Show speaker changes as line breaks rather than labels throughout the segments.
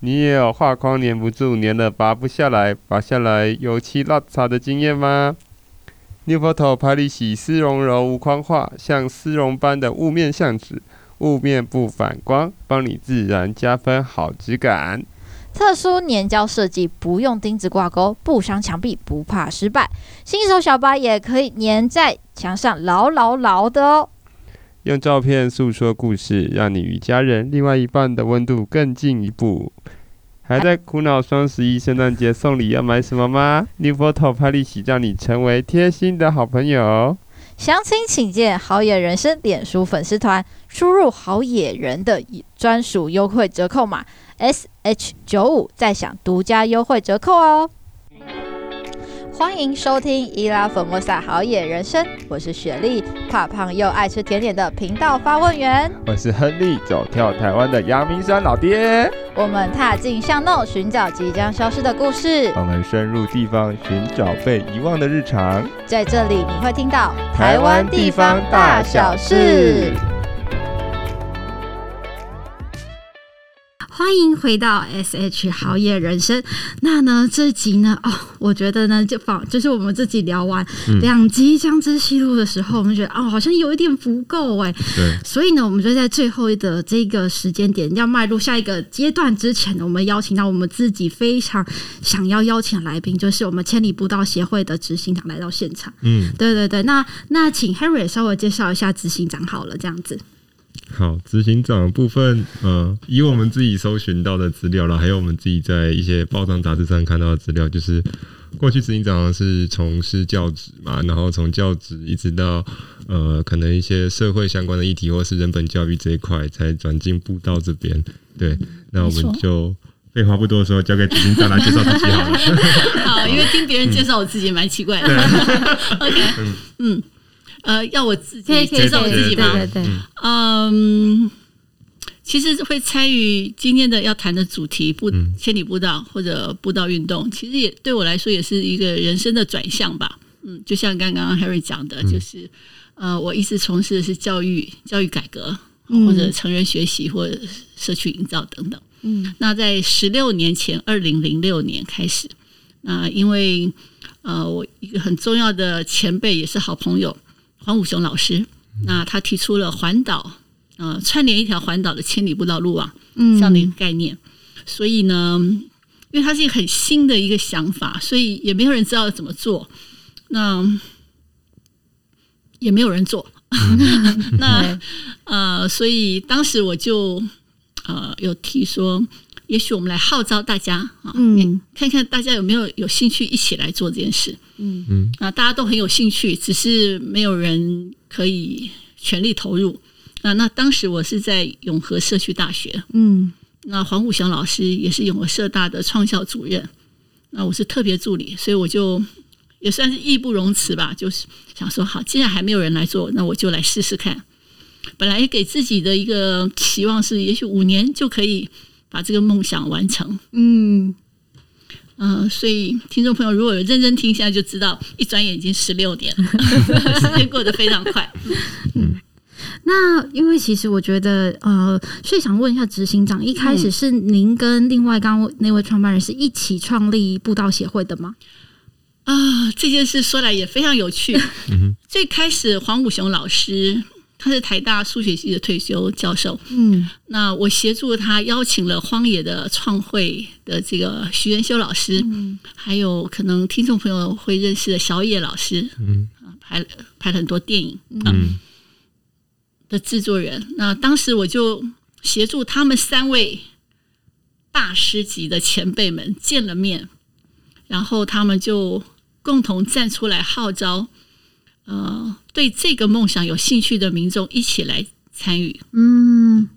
你也有画框粘不住，粘了拔不下来，拔下来油漆落差的经验吗？六佛头牌里洗丝绒柔无框画，像丝绒般的雾面相纸，雾面不反光，帮你自然加分好质感。
特殊粘胶设计，不用钉子挂钩，不伤墙壁，不怕失败。新手小白也可以粘在墙上，牢牢牢的哦。
用照片诉说故事，让你与家人、另外一半的温度更进一步。还在苦恼双十一、圣诞节送礼要买什么吗？New Photo 拍立喜让你成为贴心的好朋友。
详情请见好野人生脸书粉丝团，输入好野人的专属优惠折扣码 S H 九五，再享独家优惠折扣哦。欢迎收听伊拉粉莫萨好野人生，我是雪莉，怕胖又爱吃甜点的频道发问员。
我是亨利，走跳台湾的阳明山老爹。
我们踏进巷弄，寻找即将消失的故事。
我们深入地方，寻找被遗忘的日常。
在这里，你会听到
台湾地方大小事。。
欢迎回到 S H 好野人生。那呢，这集呢，哦，我觉得呢，就仿就是我们自己聊完、两集《江之西路》的时候，我们觉得哦，好像有一点不够哎，
对，
所以呢，我们就在最后的这个时间点，要迈入下一个阶段之前呢，我们邀请到我们自己非常想要邀请的来宾，就是我们千里步道协会的执行长来到现场。
嗯，
对对对，那那请 Harry 稍微介绍一下执行长好了，这样子。
好，执行长的部分，呃，以我们自己搜寻到的资料啦，还有我们自己在一些报章杂志上看到的资料，就是过去执行长是从事教职嘛，然后从教职一直到呃，可能一些社会相关的议题或是人本教育这一块，才转进步道这边。对，那我
没
们
错
就废话不多说，交给执行长来介绍自己好了。
好，因为听别人介绍我自己也蛮奇怪的。OK，嗯，呃，要我自己 介绍我自
对
己
对
吗？
对，
嗯，其实会参与今天的要谈的主题步千里步道或者步道运动，其实也对我来说也是一个人生的转向吧。嗯，就像刚刚 Harry 讲的，就是呃，我一直从事的是教育、教育改革，
嗯
或者成人学习，或者社区营造等等。
嗯
那在十六年前，二零零六年开始，那因为呃，我一个很重要的前辈也是好朋友黄武雄老师，那他提出了环岛呃串联一条环岛的千里步道路网
嗯
这样的一个概念，所以呢，因为它是一个很新的一个想法，所以也没有人知道怎么做，那也没有人做。
嗯
那呃，所以当时我就呃有提说，也许我们来号召大家啊，
嗯
看看大家有没有有兴趣一起来做这件事。
嗯
嗯，
啊，大家都很有兴趣，只是没有人可以全力投入。啊，那当时我是在永和社区大学，
嗯
那黄武祥老师也是永和社大的创校主任，那我是特别助理，所以我就也算是义不容辞吧，就是想说好，既然还没有人来做，那我就来试试看。本来给自己的一个期望是，也许五年就可以把这个梦想完成。
嗯，
嗯、所以听众朋友如果有认真听，现在就知道，一转眼已经十六年了， 时间过得非常快。
那因为其实我觉得，呃，所以想问一下执行长，一开始是您跟另外刚刚那位创办人是一起创立步道协会的吗？
啊，这件事说来也非常有趣。最开始，黄武雄老师他是台大数学系的退休教授，
嗯
那我协助他邀请了荒野的创会的这个徐元修老师，还有可能听众朋友会认识的小野老师，
嗯
啊，拍了拍了很多电影
嗯
的制作人。那当时我就协助他们三位大师级的前辈们见了面，然后他们就共同站出来号召，呃，对这个梦想有兴趣的民众一起来参与。
嗯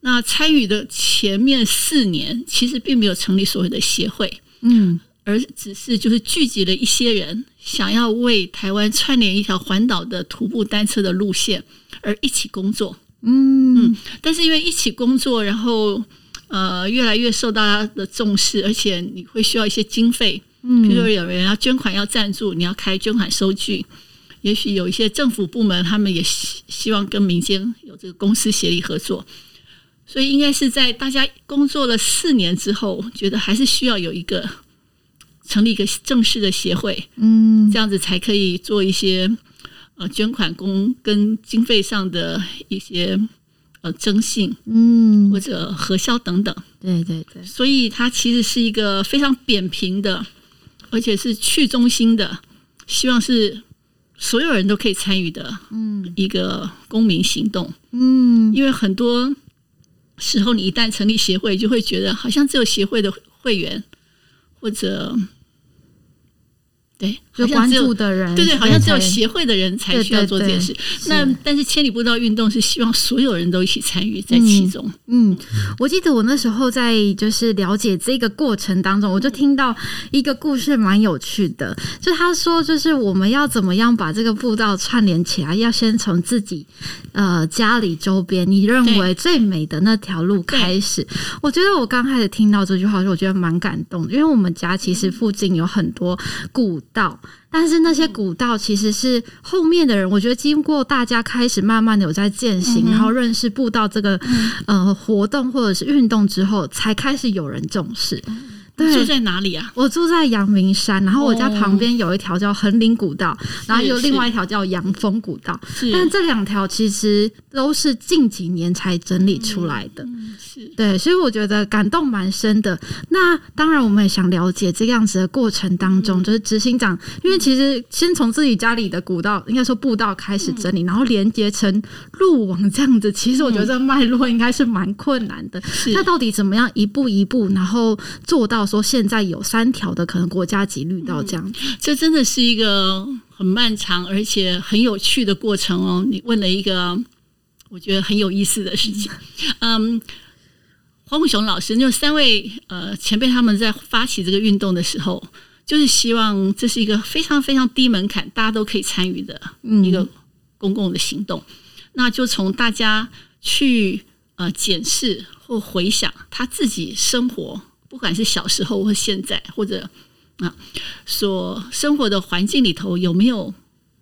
那参与的前面四年，其实并没有成立所谓的协会，
嗯
而只是就是聚集了一些人，想要为台湾串联一条环岛的徒步单车的路线而一起工作。
嗯
但是因为一起工作，然后呃越来越受大家的重视，而且你会需要一些经费，比
嗯
如说有人要捐款要赞助，你要开捐款收据，也许有一些政府部门他们也希希望跟民间有这个公私协力合作，所以应该是在大家工作了四年之后，觉得还是需要有一个成立一个正式的协会，
嗯
这样子才可以做一些呃捐款工跟经费上的一些呃征信
嗯
或者核销等等。
对对对，
所以它其实是一个非常扁平的，而且是去中心的，希望是所有人都可以参与的
嗯
一个公民行动。
嗯
因为很多时候，你一旦成立协会，就会觉得好像只有协会的会员或者对，好
就
像
关
只
注
有
的人，
对对，好像只有
对
协会的人才
对
需要
对
做这件
对
事。那但是千里步道运动是希望所有人都一起参与在其
嗯
中。
嗯，我记得我那时候在就是了解这个过程当中，我就听到一个故事蛮有趣的，就他说就是我们要怎么样把这个步道串联起来，要先从自己呃家里周边你认为最美的那条路开始。我觉得我刚开始听到这句话的时候，我觉得蛮感动的，因为我们家其实附近有很多古道。但是那些古道其实是后面的人，我觉得经过大家开始慢慢的有在践
嗯
行，然后认识步道这个呃活动或者是运动之后，才开始有人重视。
嗯住
对，
在哪里啊？
我住在阳明山，然后我家
哦
旁边有一条叫横岭古道，然后有
是
另外一条叫阳峰古道，
哦是
但这两条其实都是近几年才整理出来的。
嗯是
对，所以我觉得感动蛮深的。那当然，我们也想了解这样子的过程当
嗯
中，就是执行长，因为其实先从自己家里的古道，应该说步道开
嗯
始整理，然后连接成路网这样子，其实我觉得这脉络应该是蛮困难的。
嗯是
那到底怎么样一步一步，然后做到说现在有三条的可能国家级绿
嗯
道这样子？
这真的是一个很漫长而且很有趣的过程哦。你问了一个我觉得很有意思的事情， 嗯。黄虎雄老师，就三位呃前辈他们在发起这个运动的时候，就是希望这是一个非常非常低门槛，大家都可以参与的
嗯，
一个公共的行动。那就从大家去呃检视或回想他自己生活，不管是小时候或现在，或者啊所生活的环境里头有没有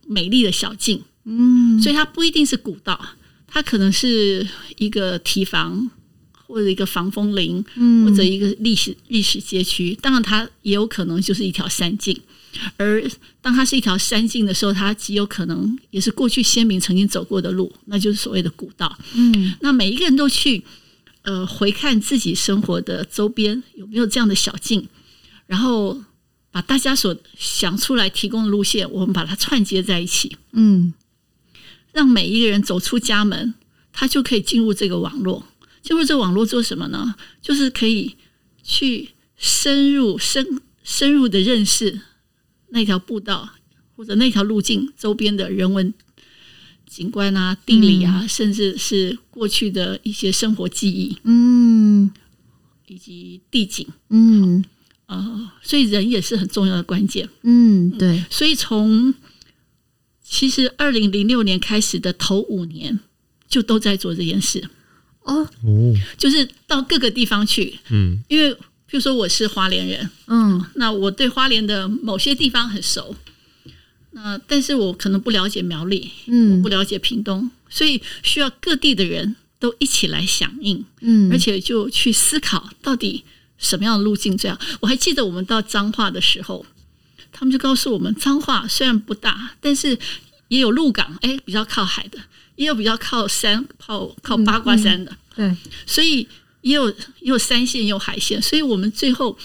美丽的小径。
嗯，
所以它不一定是古道，它可能是一个堤防。或者一个防风林，
嗯
或者一个历史历史街区，当然它也有可能就是一条山径，而当它是一条山径的时候，它极有可能也是过去先民曾经走过的路，那就是所谓的古道。
嗯
那每一个人都去呃回看自己生活的周边有没有这样的小径，然后把大家所想出来提供的路线，我们把它串接在一起，
嗯
让每一个人走出家门，他就可以进入这个网络。进入这个网络做什么呢？就是可以去深入、深深入的认识那条步道或者那条路径周边的人文景观啊、地理啊，甚至是过去的一些生活记忆
嗯
以及地景。
嗯
呃，所以人也是很重要的关键。
嗯，对，
所以从其实二零零六年开始的头五年，就都在做这件事。嗯
哦，
哦，
就是到各个地方去，
嗯，
因为譬如说我是花莲人，
嗯
那我对花莲的某些地方很熟，那但是我可能不了解苗栗，
嗯
不了解屏东，所以需要各地的人都一起来响应，
嗯，
而且就去思考到底什么样的路径最好。我还记得我们到彰化的时候，他们就告诉我们，彰化虽然不大，但是也有鹿港，哎，比较靠海的，也有比较靠山、靠靠八
嗯
卦山的。
对，
所以也有也有山线，也有海线，所以我们最后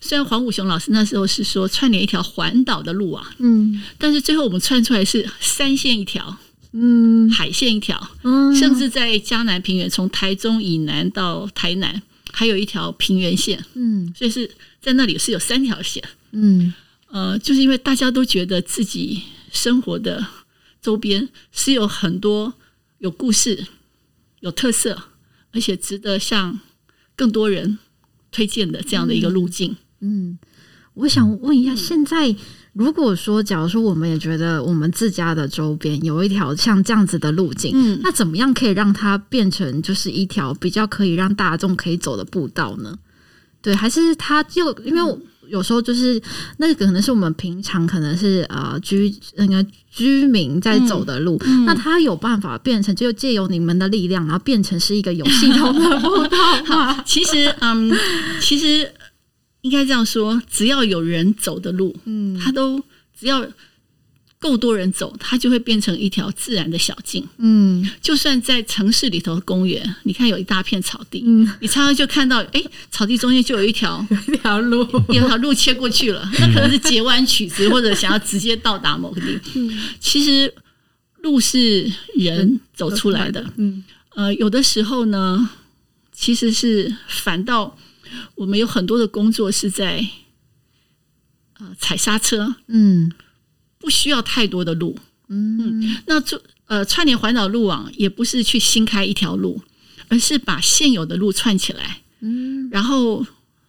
虽然黄武雄老师那时候是说串联一条环岛的路啊，
嗯
但是最后我们串出来是山线一条，
嗯
海线一条，
嗯，
甚至在江南平原从台中以南到台南，还有一条平原线，
嗯
所以是在那里是有三条线。
嗯
呃，就是因为大家都觉得自己生活的周边是有很多有故事、有特色，而且值得向更多人推荐的这样的一个路径。
嗯，我想问一下，现在如果说，假如说我们也觉得我们自家的周边有一条像这样子的路径，
嗯，？
那怎么样可以让它变成就是一条比较可以让大众可以走的步道呢？对，还是它就因为我有时候就是那个可能是我们平常可能是呃居那个居民在走的路，那它有办法变成就借由你们的力量，然后变成是一个有系统的步道 吗
其实，嗯，其实应该这样说，只要有人走的路，
嗯
它都只要够多人走，它就会变成一条自然的小径。
嗯
就算在城市里头的公园，你看有一大片草地，
嗯，
你常常就看到，哎，草地中间就有一条
一条路，
有条路切过去了，那可能是截弯曲直，或者想要直接到达某个地。
嗯
其实路是人走出来的，
嗯
呃，有的时候呢，其实是反倒我们有很多的工作是在呃踩刹车，
嗯
不需要太多的路。
嗯
那做呃串联环岛路网也不是去新开一条路，而是把现有的路串起来，
嗯
然后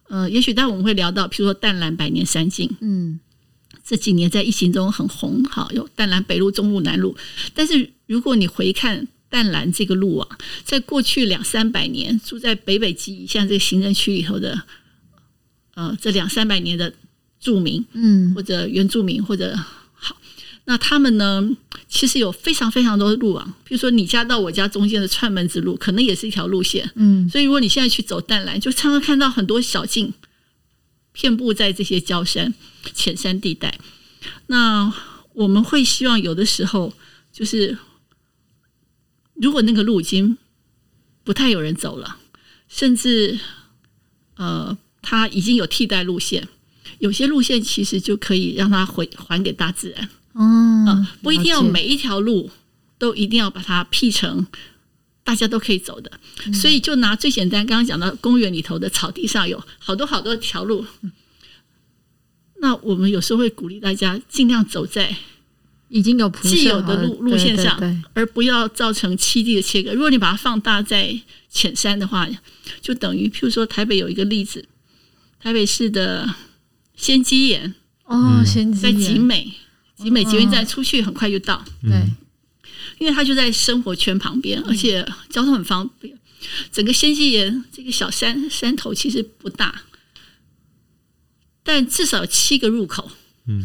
呃，也许待会我们会聊到，譬如说淡蓝百年山径。
嗯
这几年在疫情中很红，好有淡蓝北路、中路、南路。但是如果你回看淡蓝这个路网、在过去两三百年住在北北基以下这个行政区里头的，呃，这两三百年的住民
嗯
或者原住民或者好，那他们呢，其实有非常非常多的路网，比如说你家到我家中间的串门子路，可能也是一条路线。
嗯
所以如果你现在去走淡蓝，就常常看到很多小径遍布在这些礁山、浅山地带。那我们会希望有的时候，就是如果那个路已经不太有人走了，甚至呃，它已经有替代路线，有些路线其实就可以让它回还给大自然。
哦
嗯，不一定要
了解
每一条路都一定要把它辟成大家都可以走的。
嗯
所以就拿最简单，刚刚讲到公园里头的草地上有好多好多条路，那我们有时候会鼓励大家尽量走在，
已经有铺设
既有的
好了
路路
对
线
对
上
对
而不要造成七地的切割。如果你把它放大在浅山的话，就等于譬如说台北有一个例子，台北市的仙鸡岩
哦，
嗯
先
在
进
集
眼
美，集美捷运站出去很快就到。
嗯
对，
因为它就在生活圈旁边，而且交通很方便。整个仙溪岩这个小山山头其实不大，但至少有七个入口，
嗯，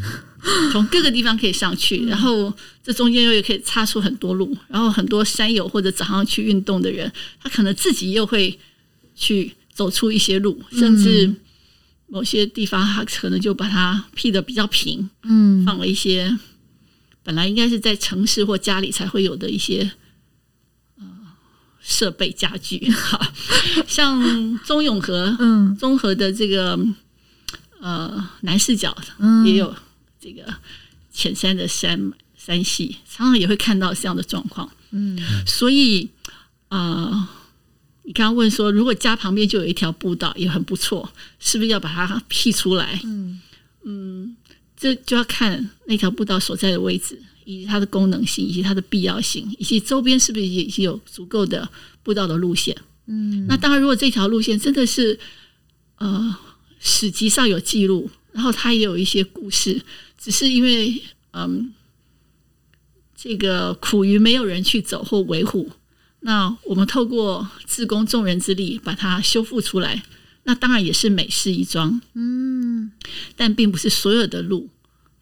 从各个地方可以上去，然后这中间又也可以插出很多路，然后很多山友或者早上去运动的人，他可能自己又会去走出一些路，甚至某些地方他可能就把它辟的比较平，
嗯
放了一些本来应该是在城市或家里才会有的一些呃设备家具， 哈，像中永和
嗯
综合的这个呃南视角
嗯，
也有这个浅山的山山系，常常也会看到这样的状况。
嗯
所以呃，你刚刚问说，如果家旁边就有一条步道，也很不错，是不是要把它辟出来？
嗯
嗯，这就要看那条步道所在的位置，以及它的功能性，以及它的必要性，以及周边是不是已经有足够的步道的路线。
嗯
那当然，如果这条路线真的是呃史籍上有记录，然后它也有一些故事，只是因为嗯这个苦于没有人去走或维护，那我们透过自工众人之力把它修复出来，那当然也是美事一桩。
嗯
但并不是所有的路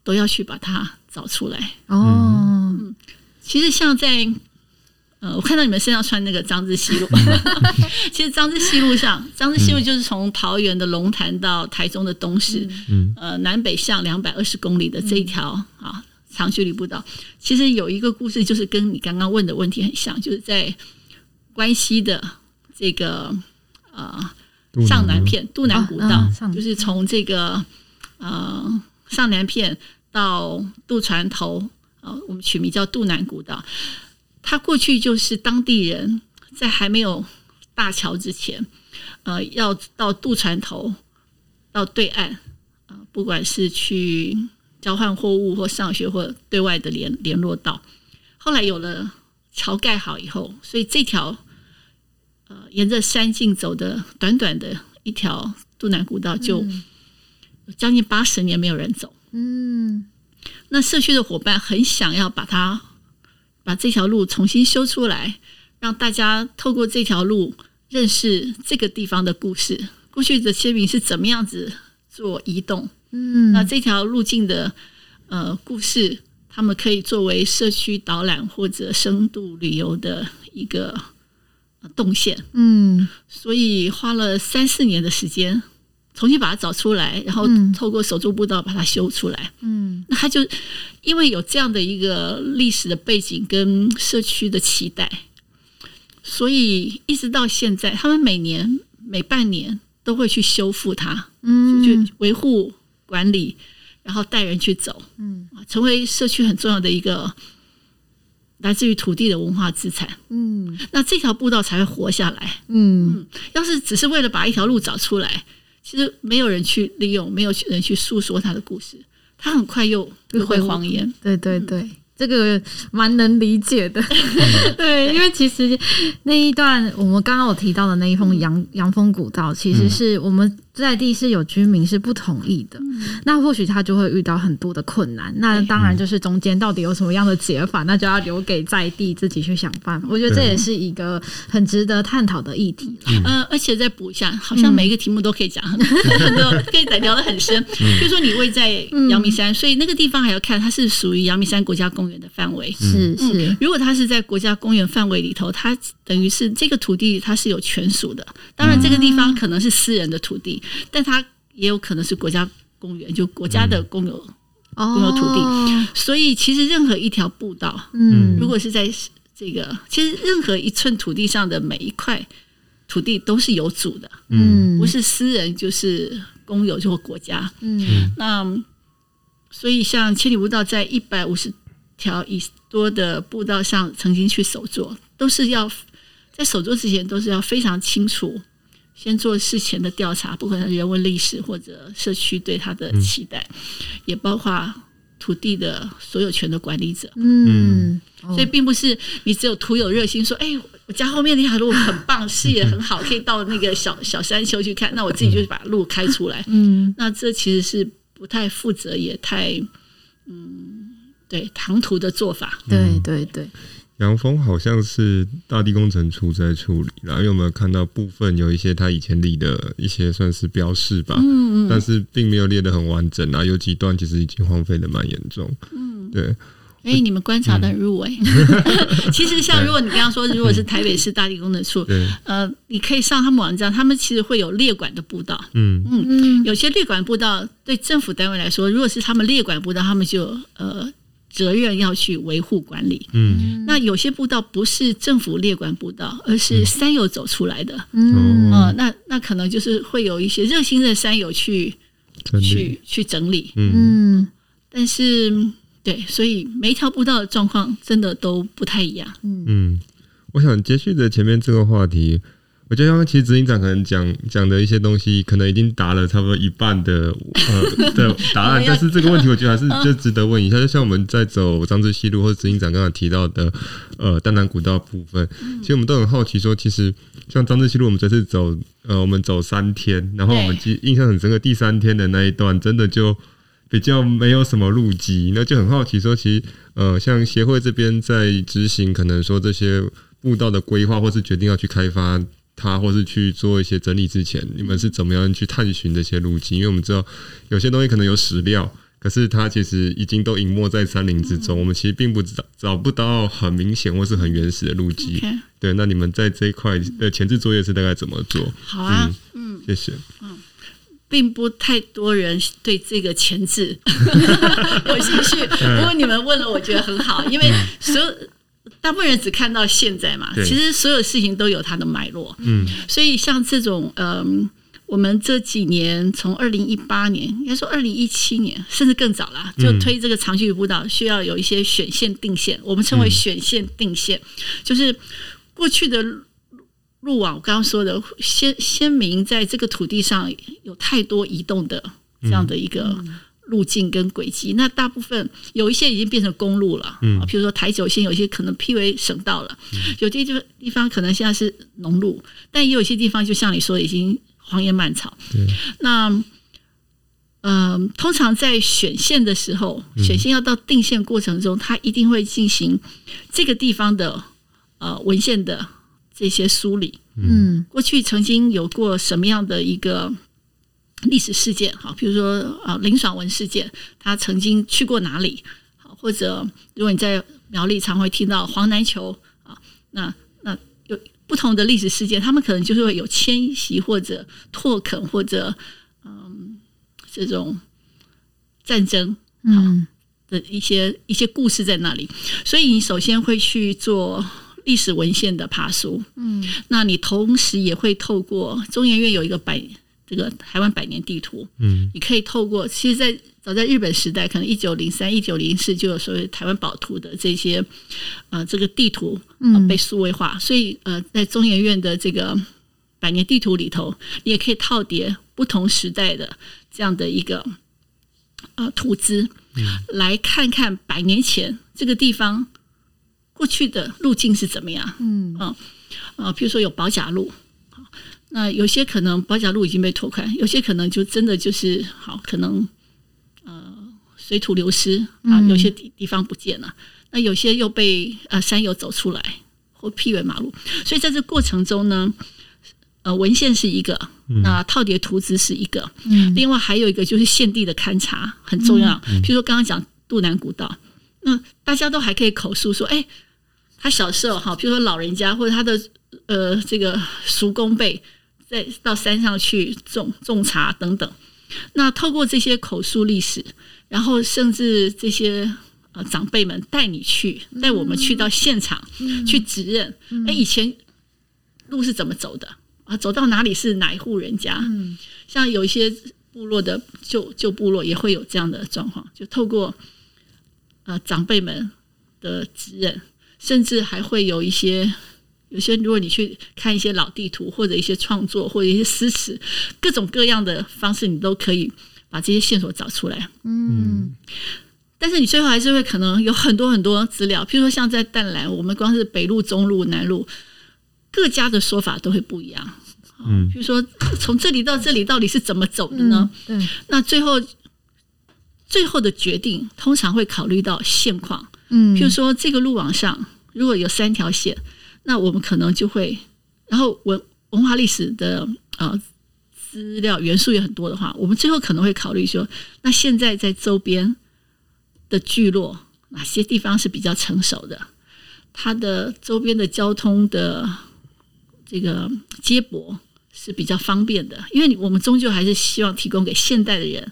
都要去把它找出来。
哦，
其实像在呃，我看到你们身上穿那个张之西路， 其实张之西路上，张之西路就是从桃园的龙潭到台中的东市，
嗯
呃，南北向两百二十公里的这一条、啊长距离步道，其实有一个故事，就是跟你刚刚问的问题很像，就是在关西的这个呃
嗯
上南，片渡南古道，
啊嗯上
就是从这个呃上南片到渡船头，呃，我们取名叫渡南古道。它过去就是当地人在还没有大桥之前，呃，要到渡船头到对岸，呃，不管是去交换货物或上学或对外的联联络道。后来有了桥盖好以后，所以这条呃沿着山径走的短短的一条渡南古道，就有将近八十年没有人走。
嗯
那社区的伙伴很想要把它把这条路重新修出来，让大家透过这条路认识这个地方的故事，过去的先民是怎么样子做移动。
嗯，
那这条路径的呃故事，他们可以作为社区导览或者深度旅游的一个呃动线。
嗯
所以花了三四年的时间，重新把它找出来，然后
嗯
透过手作步道把它修出来。
嗯
那它就因为有这样的一个历史的背景跟社区的期待，所以一直到现在，他们每年每半年都会去修复它，就
嗯，
去维护管理，然后带人去走，
嗯
啊成为社区很重要的一个来自于土地的文化资产。
嗯
那这条步道才会活下来。
嗯
要是只是为了把一条路找出来，其实没有人去利用，没有人去诉说他的故事，他很快又又会谎言。
对对对，这个蛮能理解的。
嗯
对，因为其实那一段我们刚刚有提到的那一
嗯
封杨杨峰古道，其实是我们在地是有居民是不同意的，
嗯
那或许他就会遇到很多的困难。那当然就是中间到底有什么样的解法，那就要留给在地自己去想办法。我觉得这也是一个很值得探讨的议题。
呃，而且再补一下，好像每一个题目都可以讲很很多，可以聊得很深。就说你位在阳明山，所以那个地方还要看它是属于阳明山国家公园的范围。嗯
是嗯是，
如果它是在国家公园范围里头，它等于是这个土地它是有权属的。当然，这个地方可能是私人的土地，但它也有可能是国家公园，就国家的公有
哦
有土地所以其实任何一条步道，
嗯，
如果是在这个，其实任何一寸土地上的每一块土地都是有主的，
嗯
不是私人就是公有就是国家。
嗯
那所以像千里步道在一百五十条以多的步道上曾经去手作，都是要在手作之前都是要非常清楚。先做事前的调查，不管是人文历史或者社区对它的期待，也包括土地的所有权的管理者。
嗯，
所以并不是你只有徒有热心说，哎、我家后面那条路很棒，视野很好，可以到那个小小山丘去看，那我自己就把路开出来。
嗯
那这其实是不太负责，也太嗯，对唐突的做法。
对对对，
杨峰好像是大地工程处在处理啦，因为我们有看到部分有一些他以前立的一些算是标示吧，嗯嗯，但是并没有列得很完整啊，有几段其实已经荒废的蛮严重，嗯，对，
所哎以你们观察的很入围。 其实像如果你刚刚说，如果是台北市大地工程处，
对
呃，你可以上他们网站，他们其实会有列管的步道。
嗯
嗯
有些列管步道对政府单位来说，如果是他们列管步道，他们就呃责任要去维护管理。
嗯
那有些步道不是政府列管步道，而是山友走出来的，
嗯
嗯、
哦，
那那可能就是会有一些热心的山友去
真的，
去去整理，
嗯
嗯
但是嗯对，所以每一条步道的状况真的都不太一样。
嗯，我想接续着前面这个话题。我觉得刚刚其实执行长可能讲讲的一些东西，可能已经答了差不多一半的 呃的答案，但是这个问题我觉嗯得还是就值得问一下。就像我们在走张志西路或者执行长刚刚提到的呃淡南古道部分，其实我们都很好奇说，其实像张志西路，我们这次走呃我们走三天，然后我们记印象很深刻，第三天的那一段真的就比较没有什么路基，那就很好奇说，其实呃，像协会这边在执行，可能说这些步道的规划，或是决定要去开发它，或是去做一些整理之前，你们是怎么样去探寻这些路径？因为我们知道有些东西可能有史料。可是它其实已经都隐没在山林之中，我们其实并不知道找不到很明显或是很原始的路基。
OK，
对，那你们在这一块的前置作业是大概怎么做？
好啊，
谢谢。
并不太多人对这个前 置有兴趣。
嗯
不过你们问了，我觉得很好，因为所有大部分人只看到现在嘛，
对
其实所有事情都有它的脉络。
嗯
所以像这种，嗯、我们这几年从二零一八年，应该说二零一七年，甚至更早啦，
嗯
就推这个长距离步道，需要有一些选线定线，我们称
嗯
为选线定线，就是过去的路路网，我刚刚说的，先先民在这个土地上有太多移动的这样的一个路径跟轨迹，那大部分有一些已经变成公路了，嗯，比如说台九线，有一些可能批为省道了，有些地地方可能现在是农路，但也有一些地方，就像你说，的，已经荒野漫草。那嗯，通常在选线的时候，选线要到定线过程中，它一定会进行这个地方的呃文献的这些梳理。
嗯
过去曾经有过什么样的一个历史事件，好，比如说啊林爽文事件，他曾经去过哪里，好，或者如果你在苗栗常会听到黄南球啊，那那有不同的历史事件，他们可能就是会有迁徙或者拓垦或者嗯这种战争
嗯
的一些一些故事在那里，所以你首先会去做历史文献的爬书，
嗯
那你同时也会透过中研院有一个百这个台湾百年地图，
嗯，
你可以透过，其实在，早在日本时代，可能一九零三、一九零四就有所谓台湾宝图的这些呃这个地图、呃、
嗯
被数位化，所以呃在中研院的这个百年地图里头，你也可以套叠不同时代的这样的一个呃图资，来看看百年前这个地方过去的路径是怎么样。
嗯
啊，譬如说有保甲路，好那有些可能保甲路已经被拓宽，有些可能就真的就是好，可能呃水土流失啊，有些地地方不见了，那有些又被呃山友走出来或辟为马路，所以在这过程中呢，呃文献是一个，那套叠图纸是一个，
嗯
另外还有一个就是现地的勘察很重要，譬如说刚刚讲杜南古道，那大家都还可以口述说，哎，他小时候哈，譬如说老人家或者他的呃这个叔公辈，再到山上去种种茶等等。那透过这些口述历史，然后甚至这些呃长辈们带你去，
嗯
带我们去到现场、去指认，哎、以前路是怎么走的啊？走到哪里是哪一户人家？
嗯
像有一些部落的旧旧部落也会有这样的状况，就透过呃长辈们的指认，甚至还会有一些有些，如果你去看一些老地图或者一些创作或者一些诗词，各种各样的方式，你都可以把这些线索找出来。
嗯
但是你最后还是会可能有很多很多资料，譬如说像在淡蓝，我们光是北路、中路、南路，各家的说法都会不一样。
嗯
譬如说从这里到这里到底是怎么走的呢？
对
那最后最后的决定通常会考虑到现况，
嗯
譬如说这个路网上如果有三条线，那我们可能就会，然后文文化历史的呃资料元素也很多的话，我们最后可能会考虑说，那现在在周边的聚落哪些地方是比较成熟的，它的周边的交通的这个接驳是比较方便的，因为你我们终究还是希望提供给现代的人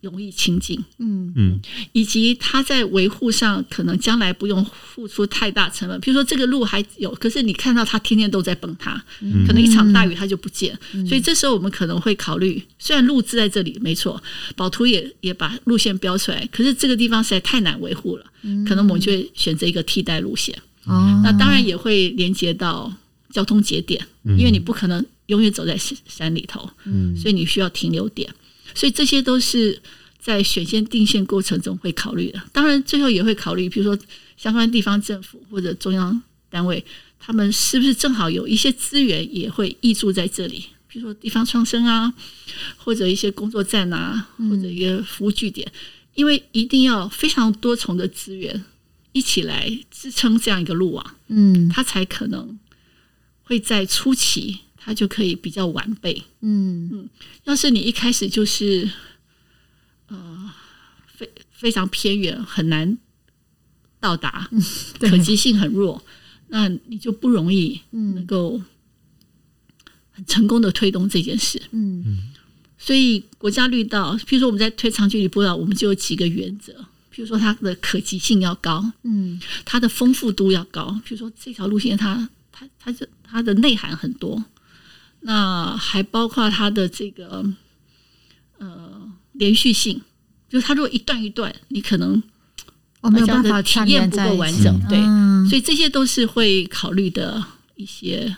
容易亲近。
嗯
嗯
以及他在维护上可能将来不用付出太大成本。比如说这个路还有，可是你看到它天天都在崩塌，
嗯
可能一场大雨它就不见。所以这时候我们可能会考虑，虽然路字在这里没错，宝图也也把路线标出来，可是这个地方实在太难维护了，可能我们就会选择一个替代路线。
哦
那当然也会连接到交通节点，因为你不可能永远走在山山里头，
嗯
所以你需要停留点，所以这些都是在选线定线过程中会考虑的。当然，最后也会考虑，比如说相关地方政府或者中央单位，他们是不是正好有一些资源也会挹注在这里，比如说地方创生啊，或者一些工作站啊，或者一个服务据点，因为一定要非常多重的资源一起来支撑这样一个路网。
嗯
它才可能会在初期，它就可以比较完备。
嗯
要是你一开始就是呃非非常偏远，很难到达，
对
可及性很弱，那你就不容易能
嗯
够很成功的推动这件事。
嗯
所以国家绿道，譬如说我们在推长距离步道，我们就有几个原则，譬如说它的可及性要高，
嗯
它的丰富度要高。比如说这条路线它，它它就它的内涵很多，那还包括它的这个呃连续性，就是它如果一段一段，你可能
我没有
这样
办
的
法
体
串
验
联
不
在
够
一
完
起，
整，对，
嗯
所以这些都是会考虑的一些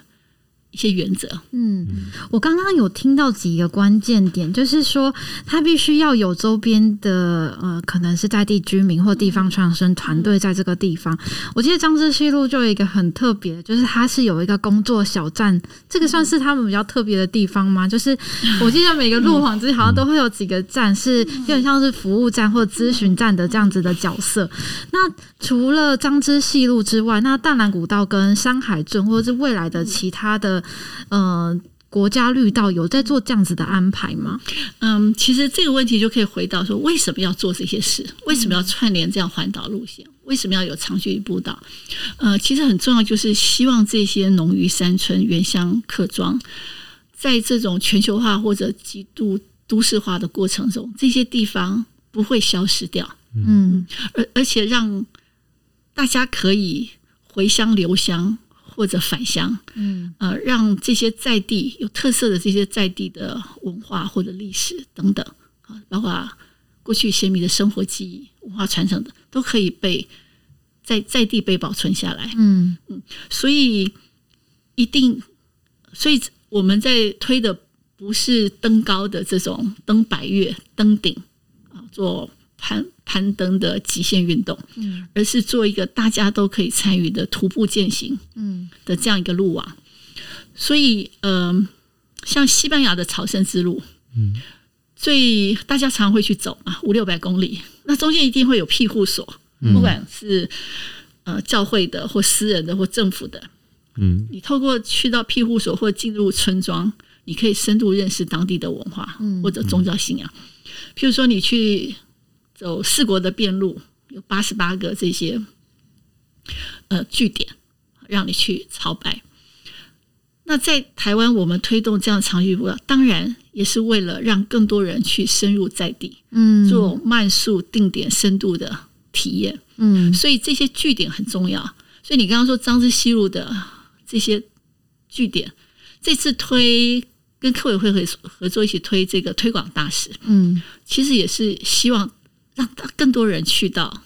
一些原则。
嗯，我刚刚有听到几个关键点，就是说它必须要有周边的呃，可能是在地居民或地方创生团队在这个地方。我记得张之西路就有一个很特别的，就是它是有一个工作小站，这个算是他们比较特别的地方吗？就是我记得每个路网之前好像都会有几个站，是有点像是服务站或咨询站的这样子的角色。那除了张之西路之外，那淡蓝古道跟山海镇或者是未来的其他的呃国家绿道有在做这样子的安排吗？
嗯，其实这个问题就可以回到说，为什么要做这些事？为什么要串联这样环岛路线？为什么要有长距离步道？呃，其实很重要，就是希望这些农渔山村、原乡客庄，在这种全球化或者极度都市化的过程中，这些地方不会消失掉，
嗯
而而且让大家可以回乡留乡或者返乡，
嗯
呃，让这些在地有特色的这些在地的文化或者历史等等啊，包括过去先民的生活记忆、文化传承的，都可以被在在地被保存下来。
嗯
所以一定，所以我们在推的不是登高的这种登百越、登顶啊，做攀攀登的极限运动，
嗯
而是做一个大家都可以参与的徒步践行。
嗯
的这样一个路网。所以，嗯、像西班牙的朝圣之路，
嗯，
最大家常会去走嘛，五六百公里，那中间一定会有庇护所，不管是呃教会的或私人的或政府的，
嗯
你透过去到庇护所或进入村庄，你可以深度认识当地的文化
嗯
或者宗教信仰。譬如说，你去走四国的遍路，有八十八个这些呃据点，让你去朝拜。那在台湾，我们推动这样长距离步道，当然也是为了让更多人去深入在地，
嗯
做慢速、定点、深度的体验。
嗯
所以这些据点很重要。所以你刚刚说张之西路的这些据点，这次推跟客委会合合作一起推这个推广大使，
嗯
其实也是希望让更多人去到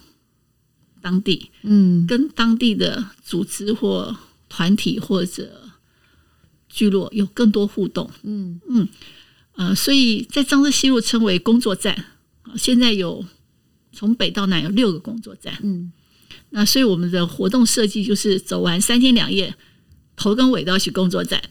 当地，
嗯
跟当地的组织或团体或者聚落有更多互动。
嗯
呃，所以在张之西路称为工作站，啊现在有从北到南有六个工作站。
嗯
那所以我们的活动设计就是走完三天两夜，头跟尾都要去工作站，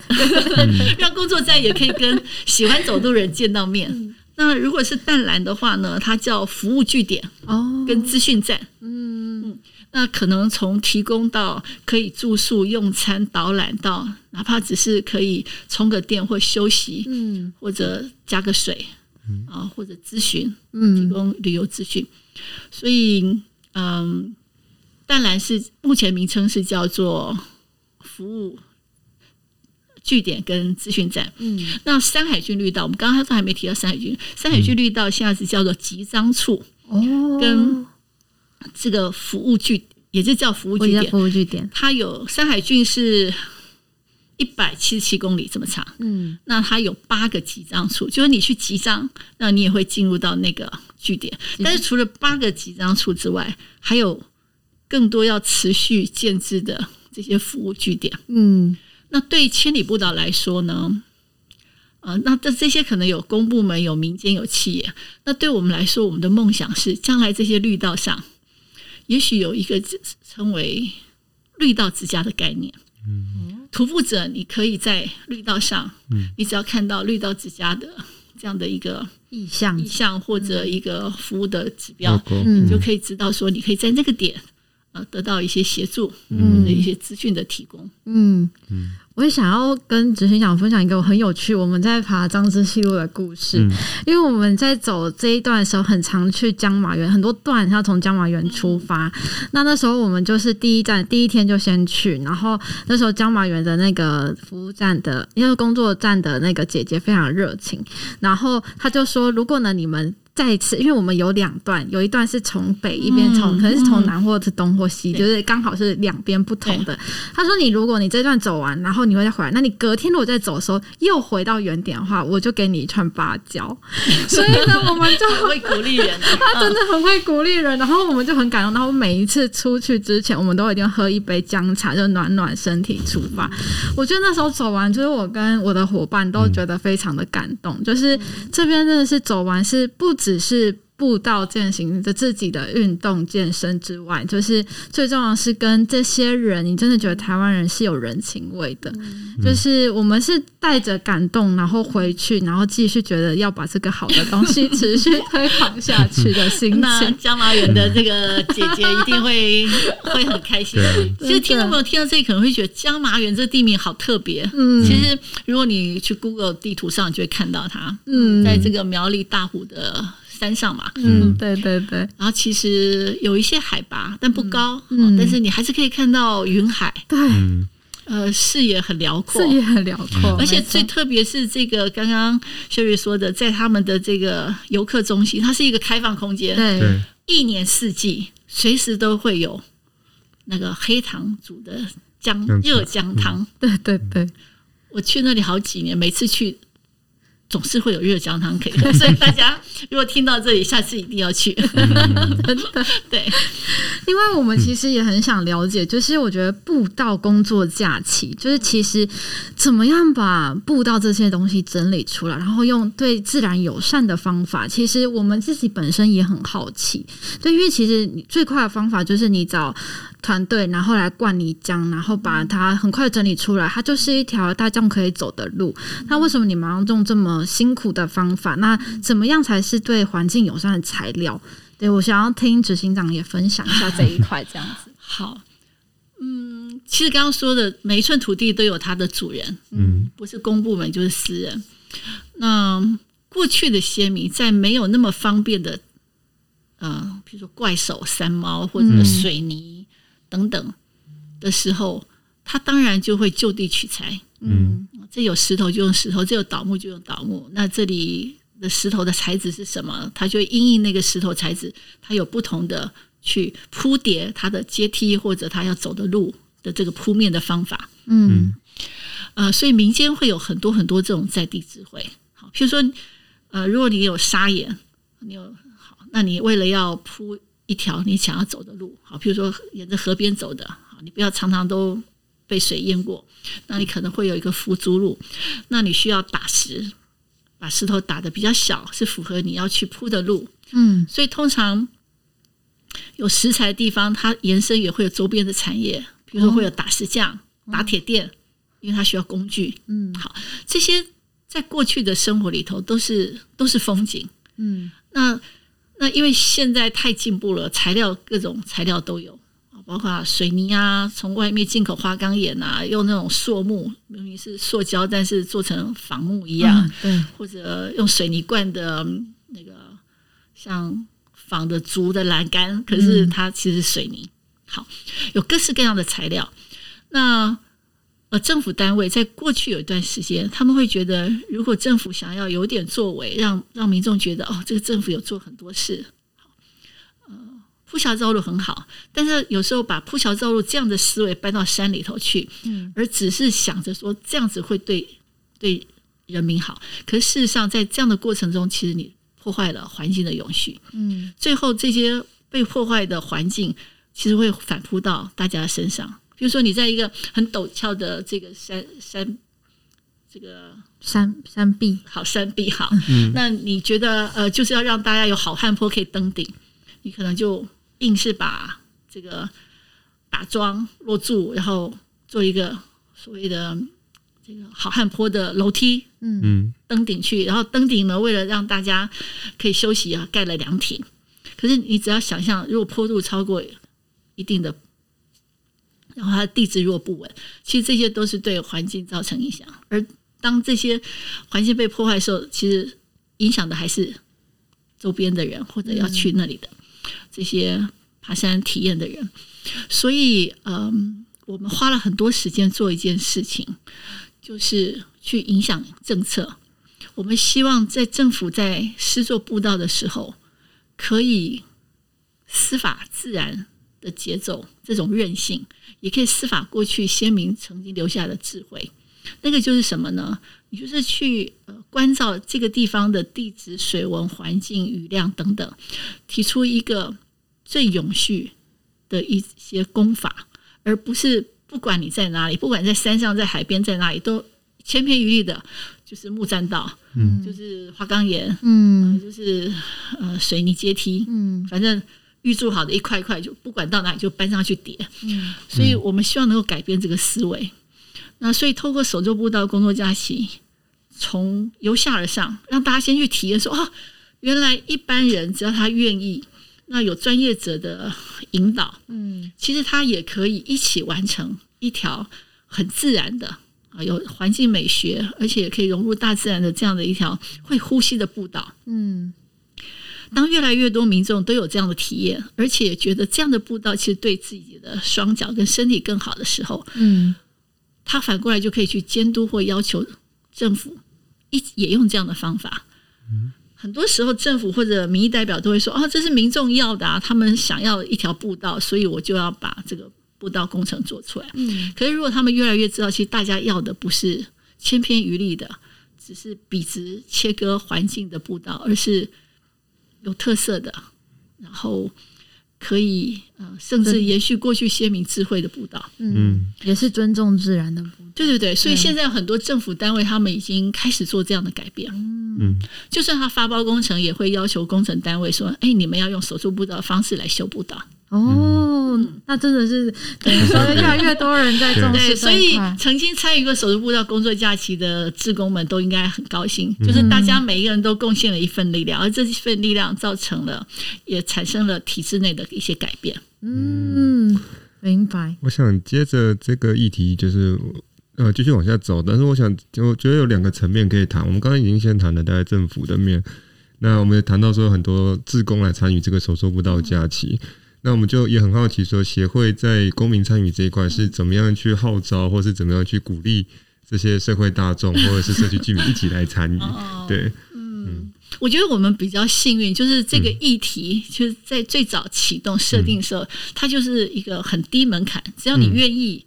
让工作站也可以跟喜欢走路人见到面。那如果是淡蓝的话呢，它叫服务据点
哦
跟资讯站。
嗯
那可能从提供到可以住宿、用餐、导览到，哪怕只是可以充个电或休息，
嗯
或者加个水，啊，或者咨询，提
嗯
供旅游资讯。所以，嗯，淡蓝是目前名称是叫做服务据点跟资讯站。
嗯
那山海军绿道，我们刚刚都还没提到山海军，山海军绿道现在是叫做集章处，
哦
跟这个服务据也就叫服务
我
据
觉得
点。
服务据点
它有山海郡是一百七十七公里这么长，
嗯
那它有八个集章处，就是你去集章，那你也会进入到那个据点。但是除了八个集章处之外，还有更多要持续建制的这些服务据点。
嗯
那对千里步道来说呢？呃，那这这些可能有公部门、有民间、有企业。那对我们来说，我们的梦想是将来这些绿道上，也许有一个称为“绿道之家”的概念。嗯，徒步者，你可以在绿道上，
嗯
你只要看到绿道之家的这样的一个
意向
意向或者一个服务的指标，
，logo，
你
嗯
就可以知道说，你可以在那个点呃得到一些协助或者
嗯
一些资讯的提 供。
嗯。我也想要跟执行长分享一个很有趣我们在爬张之西路的故事，
嗯
因为我们在走这一段的时候，很常去江马园，很多段要从江马园出发。那那时候我们就是第一站，第一天就先去，然后那时候江马园的那个服务站的，因为工作站的那个姐姐非常热情，然后她就说，如果呢你们。再一次，因为我们有两段，有一段是从北一边从，
嗯
可能是从南或者是东或西，
对
就是刚好是两边不同的。他说：“你如果你这段走完，然后你会再回来，那你隔天如果再走的时候又回到原点的话，我就给你一串芭蕉。” 所以呢，我们就
会鼓励人啊的，
他真的很会鼓励人，然后我们就很感动。然后每一次出去之前，我们都一定喝一杯姜茶，就暖暖身体出发。我觉得那时候走完，就是我跟我
嗯
的伙伴都觉得非常的感动，就是这边真的是走完是不只是。步道践行的自己的运动健身之外，就是最重要的是跟这些人，你真的觉得台湾人是有人情味的，
嗯
就是我们是带着感动，然后回去，然后继续觉得要把这个好的东西持续推广下去的心
那
情。
江马远的这 个姐姐一定会会很开心。
啊
对
其实听众朋友听到这里可能会觉得江麻园这地名好特别。
嗯
其实如果你去 Google 地图上，你就会看到它，
嗯
在这个苗栗大湖的山上嘛。
嗯，对对对
然后其实有一些海拔，但不高，
嗯
哦但是你还是可以看到云海，
对，
嗯，
呃，视野很辽阔
视。野很辽阔，
而且
没错
最特别是这个刚刚秀玉说的，在他们的这个游客中心，它是一个开放空间，
对
对，
一年四季随时都会有那个黑糖煮的姜
姜茶
热姜汤。嗯
对对对，
我去那里好几年，每次去总是会有热姜汤可以喝，所以大家如果听到这里，下次一定要去。对，
另外，我们其实也很想了解，就是我觉得步道工作假期，就是其实怎么样把步道这些东西整理出来，然后用对自然友善的方法。其实我们自己本身也很好奇，对，因为其实你最快的方法就是你找团队，然后来灌泥浆，然后把它很快整理出来，它就是一条大众可以走的路。那为什么你们要用这么辛苦的方法？那怎么样才是对环境友善的材料？对，我想要听执行长也分享一下这一块，这样 子。
好，嗯，其实刚刚说的，每一寸土地都有它的主人，
嗯
不是公部门就是私人。那过去的先民在没有那么方便的，呃，比如说怪手、山猫或者
嗯
水泥等等的时候，他当然就会就地取材。
嗯
这有石头就用石头，这有倒木就用倒木。那这里的石头的材质是什么？它就会因应那个石头材质，它有不同的去铺叠它的阶梯或者它要走的路的这个铺面的方法。
嗯
呃，所以民间会有很多很多这种在地智慧。好，譬如说，呃，如果你有砂岩，你有好，那你为了要铺一条你想要走的路，好，譬如说沿着河边走的，好，你不要常常都被水淹过，那你可能会有一个浮竹路，那你需要打石，把石头打得比较小，是符合你要去铺的路。
嗯
所以通常有食材的地方，它延伸也会有周边的产业，比如说会有打石匠、打铁店，因为它需要工具。
哦嗯
这些在过去的生活里头都是都是风景。
嗯
那那因为现在太进步了，材料各种材料都有。包括水泥啊，从外面进口花岗岩啊，用那种塑木，明明是塑胶，但是做成仿木一样，
对，
或者用水泥灌的嗯那个像仿的竹的栏杆，可是它其实是水泥。好，有各式各样的材料。那呃，政府单位在过去有一段时间，他们会觉得，如果政府想要有点作为，让让民众觉得哦，这个政府有做很多事。好呃，铺桥造路很好，但是有时候把铺桥造路这样的思维搬到山里头去，
嗯
而只是想着说这样子会对对人民好，可是事实上在这样的过程中，其实你破坏了环境的永续，
嗯
最后这些被破坏的环境，其实会反扑到大家身上。比如说，你在一个很陡峭的这个山山，这个
山山壁，
好山壁好，那你觉得呃，就是要让大家有好汉坡可以登顶，你可能就硬是把这个打桩落柱，然后做一个所谓的这个好汉坡的楼梯
嗯
嗯
登顶去，然后登顶呢，为了让大家可以休息啊，盖了凉亭。可是你只要想象，如果坡度超过一定的，然后它的地质如果不稳，其实这些都是对环境造成影响。而当这些环境被破坏的时候，其实影响的还是周边的人或者要去那里的、这些爬山体验的人。所以，嗯，我们花了很多时间做一件事情，就是去影响政策。我们希望在政府在施作步道的时候，可以司法自然的节奏，这种韧性，也可以司法过去先民曾经留下的智慧。那个就是什么呢？你就是去呃关照这个地方的地质、水文、环境、雨量等等，提出一个最永续的一些功法，而不是不管你在哪里，不管在山上、在海边、在哪里，都千篇一律的，就是木栈道，
嗯
就是花岗岩，
嗯
就是呃水泥阶梯，
嗯
反正预筑好的一块一块，就不管到哪里就搬上去叠。
嗯
所以我们希望能够改变这个思维。那所以透过手作步道工作假期，从由下而上，让大家先去体验说哦，原来一般人只要他愿意，那有专业者的引导，
嗯
其实他也可以一起完成一条很自然的啊，有环境美学，而且也可以融入大自然的这样的一条会呼吸的步道。
嗯
当越来越多民众都有这样的体验，而且也觉得这样的步道其实对自己的双脚跟身体更好的时候，
嗯
他反过来就可以去监督或要求政府一也用这样的方法。很多时候，政府或者民意代表都会说：“哦，这是民众要的啊，他们想要一条步道，所以我就要把这个步道工程做出来。”
嗯
可是，如果他们越来越知道，其实大家要的不是千篇一律的，只是笔直切割环境的步道，而是有特色的，然后可以呃，甚至
对
延续过去先民智慧的步道。
嗯，
嗯
也是尊重自然的步道。
对对对，所以
对
现在有很多政府单位他们已经开始做这样的改变，
嗯
就算他发包工程，也会要求工程单位说：“哎，你们要用手术步道的方式来修步道。
哦，那真的是等于说越来越多人在重”
对，
视
所
这一
以
块。
曾经参与过手术步道工作假期的志工们都应该很高兴，就是大家每一个人都贡献了一份力量，而这份力量造成了，也产生了体制内的一些改变。
嗯，明白。
我想接着这个议题，就是呃继续往下走，但是我想，我觉得有两个层面可以谈。我们刚刚已经先谈了大概政府的面，那我们也谈到说很多志工来参与这个手作不到假期。那我们就也很好奇，说协会在公民参与这一块是怎么样去号召，或是怎么样去鼓励这些社会大众或者是社区居民一起来参与？对，
我觉得我们比较幸运，就是这个
嗯
议题，就是在最早启动设定的时候，它就是一个很低门槛，
嗯
只要你愿意，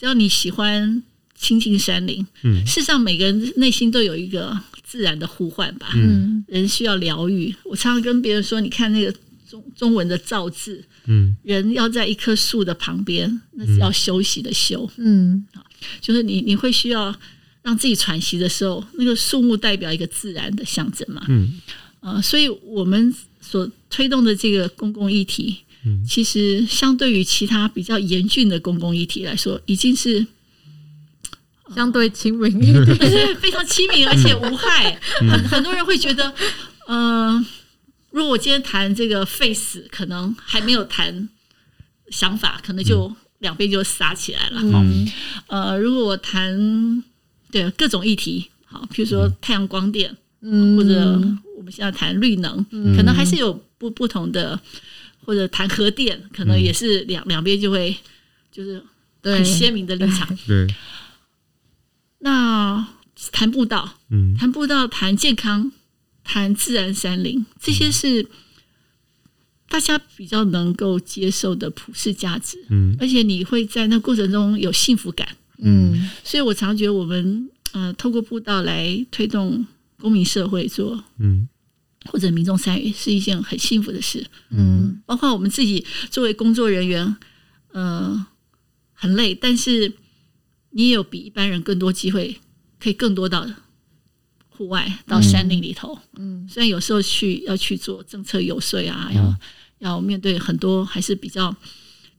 只要你喜欢亲近山林，
嗯
事实上每个人内心都有一个自然的呼唤吧。
嗯
人需要疗愈，我常常跟别人说，你看那个中中文的“造”字，
嗯
人要在一棵树的旁边，那是要休息的休，
嗯
就是你你会需要让自己喘息的时候，那个树木代表一个自然的象征嘛。
嗯
呃，所以我们所推动的这个公共议题，
嗯
其实相对于其他比较严峻的公共议题来说，已经是
相对亲民一点。
对非常亲民而且无害。很很多人会觉得，呃，如果我今天谈这个 face，可能还没有谈想法，可能就两边就撒起来了。
嗯
呃，如果我谈对各种议题，好，譬如说太阳光电，
嗯
或者我们现在谈绿能，可能还是有不不同的，或者谈核电，可能也是两两边就会就是
对
很鲜明的立场。
对，
那谈步道，
嗯
谈步道，谈健康，谈自然山林，这些
嗯
是大家比较能够接受的普世价值，
嗯
而且你会在那过程中有幸福感。
嗯
所以我常觉得我们呃，透过步道来推动公民社会做
嗯
或者民众参与是一件很幸福的事。
嗯
包括我们自己作为工作人员，呃，很累，但是你也有比一般人更多机会，可以更多到户外，到山林里头。
嗯
虽然有时候去要去做政策游说啊，要、要面对很多还是比较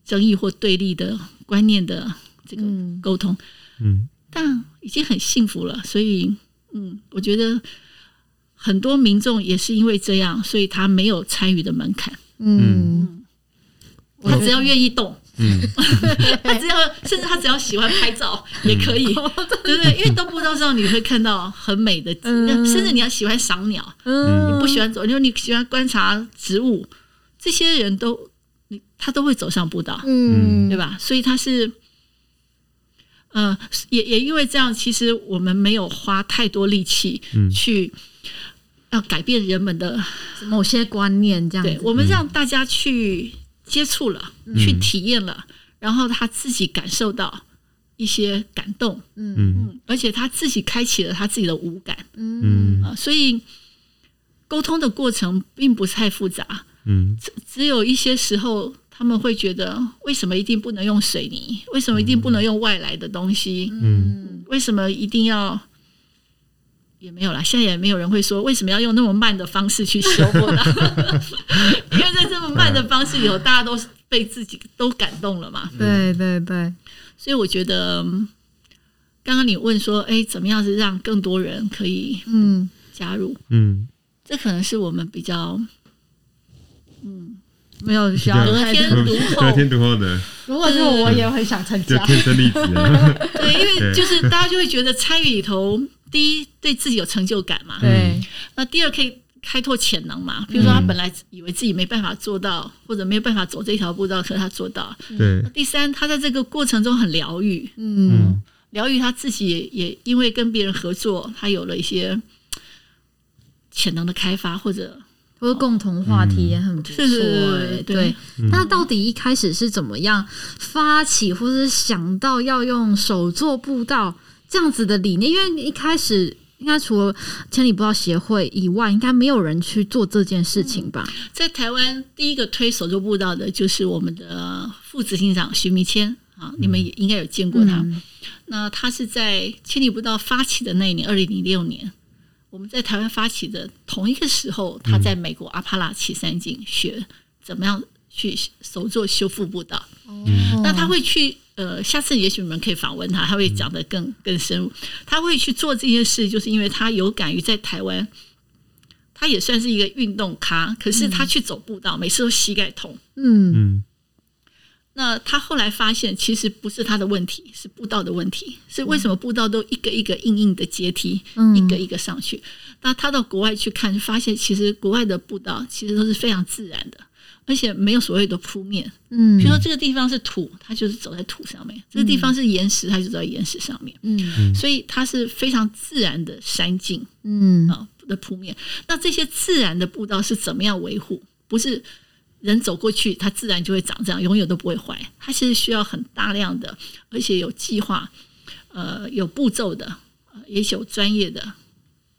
争议或对立的观念的这个
嗯
沟通，
嗯
但已经很幸福了。所以，嗯，我觉得很多民众也是因为这样，所以他没有参与的门槛，
嗯，
他只要愿意动，
嗯
他只要甚至他只要喜欢拍 照也可以，
哦
对不对？因为动步道上你会看到很美的，
嗯
甚至你要喜欢赏鸟，
嗯，
不喜欢走，就是你喜欢观察植物，这些人都你他都会走上步道，
嗯
对？吧？所以他是，呃，也也因为这样，其实我们没有花太多力气
嗯
去要改变人们的，
某些观念这样
对
子。
我们让大家去接触了，去体验了，然后他自己感受到一些感动，
嗯
嗯，而且他自己开启了他自己的五感
嗯
嗯
啊、呃所以沟通的过程并不太复杂，
嗯
只有一些时候他们会觉得，为什么一定不能用水泥？为什么一定不能用外来的东西？
嗯
为什么一定要也没有啦，现在也没有人会说为什么要用那么慢的方式去修复它，因为在这么慢的方式里头，大家都被自己都感动了嘛。
对对对，
所以我觉得，嗯刚刚你问说，哎，怎么样是让更多人可以
嗯
加入？
嗯，
这可能是我们比较
没有需要
这样
得
太
天独
得
厚
嗯天独厚的，
如果是我，我也会想参
就
加。
天生丽质啊。
对，因为
对
就是大家就会觉得参与里头，第一对自己有成就感嘛，
对，
那第二可以开拓潜能嘛。比如说他本来以为自己没办法做到，或者没有办法走这条步道，可是他做到了。
对
那，第三，他在这个过程中很疗愈，
嗯，
嗯
疗愈他自己也，也因为跟别人合作，他有了一些潜能的开发，或者
或者共同话
嗯
题也很不错、
是是是
欸。
是
对
对，
那到底一开始是怎么样发起，或是想到要用手做步道这样子的理念？因为一开始。应该除了千里步道协会以外，应该没有人去做这件事情吧？
在台湾第一个推手作步道的就是我们的副执行长徐明谦啊，你们也应该有见过他。
嗯
那他是在千里步道发起的那一年，二零零六年，我们在台湾发起的同一个时候，他在美国阿帕拉奇山径学怎么样去手做修复步道。
嗯
那他会去呃，下次也许你们可以访问他，他会讲得更更深入。他会去做这些事，就是因为他有感于在台湾，他也算是一个运动咖，可是他去走步道，每次都膝盖痛。
嗯
嗯
那他后来发现，其实不是他的问题，是步道的问题，是为什么步道都一个一个硬硬的阶梯，
嗯
一个一个上去。那他到国外去看，就发现其实国外的步道其实都是非常自然的，而且没有所谓的铺面。比
嗯
如说这个地方是土，它就是走在土上面；这个地方是岩石，它就走在岩石上面。
嗯
所以它是非常自然的山径
嗯
啊的铺面。那这些自然的步道是怎么样维护？不是人走过去，它自然就会长这样，永远都不会坏。它其实需要很大量的，而且有计划，呃，有步骤的，呃也许有专业的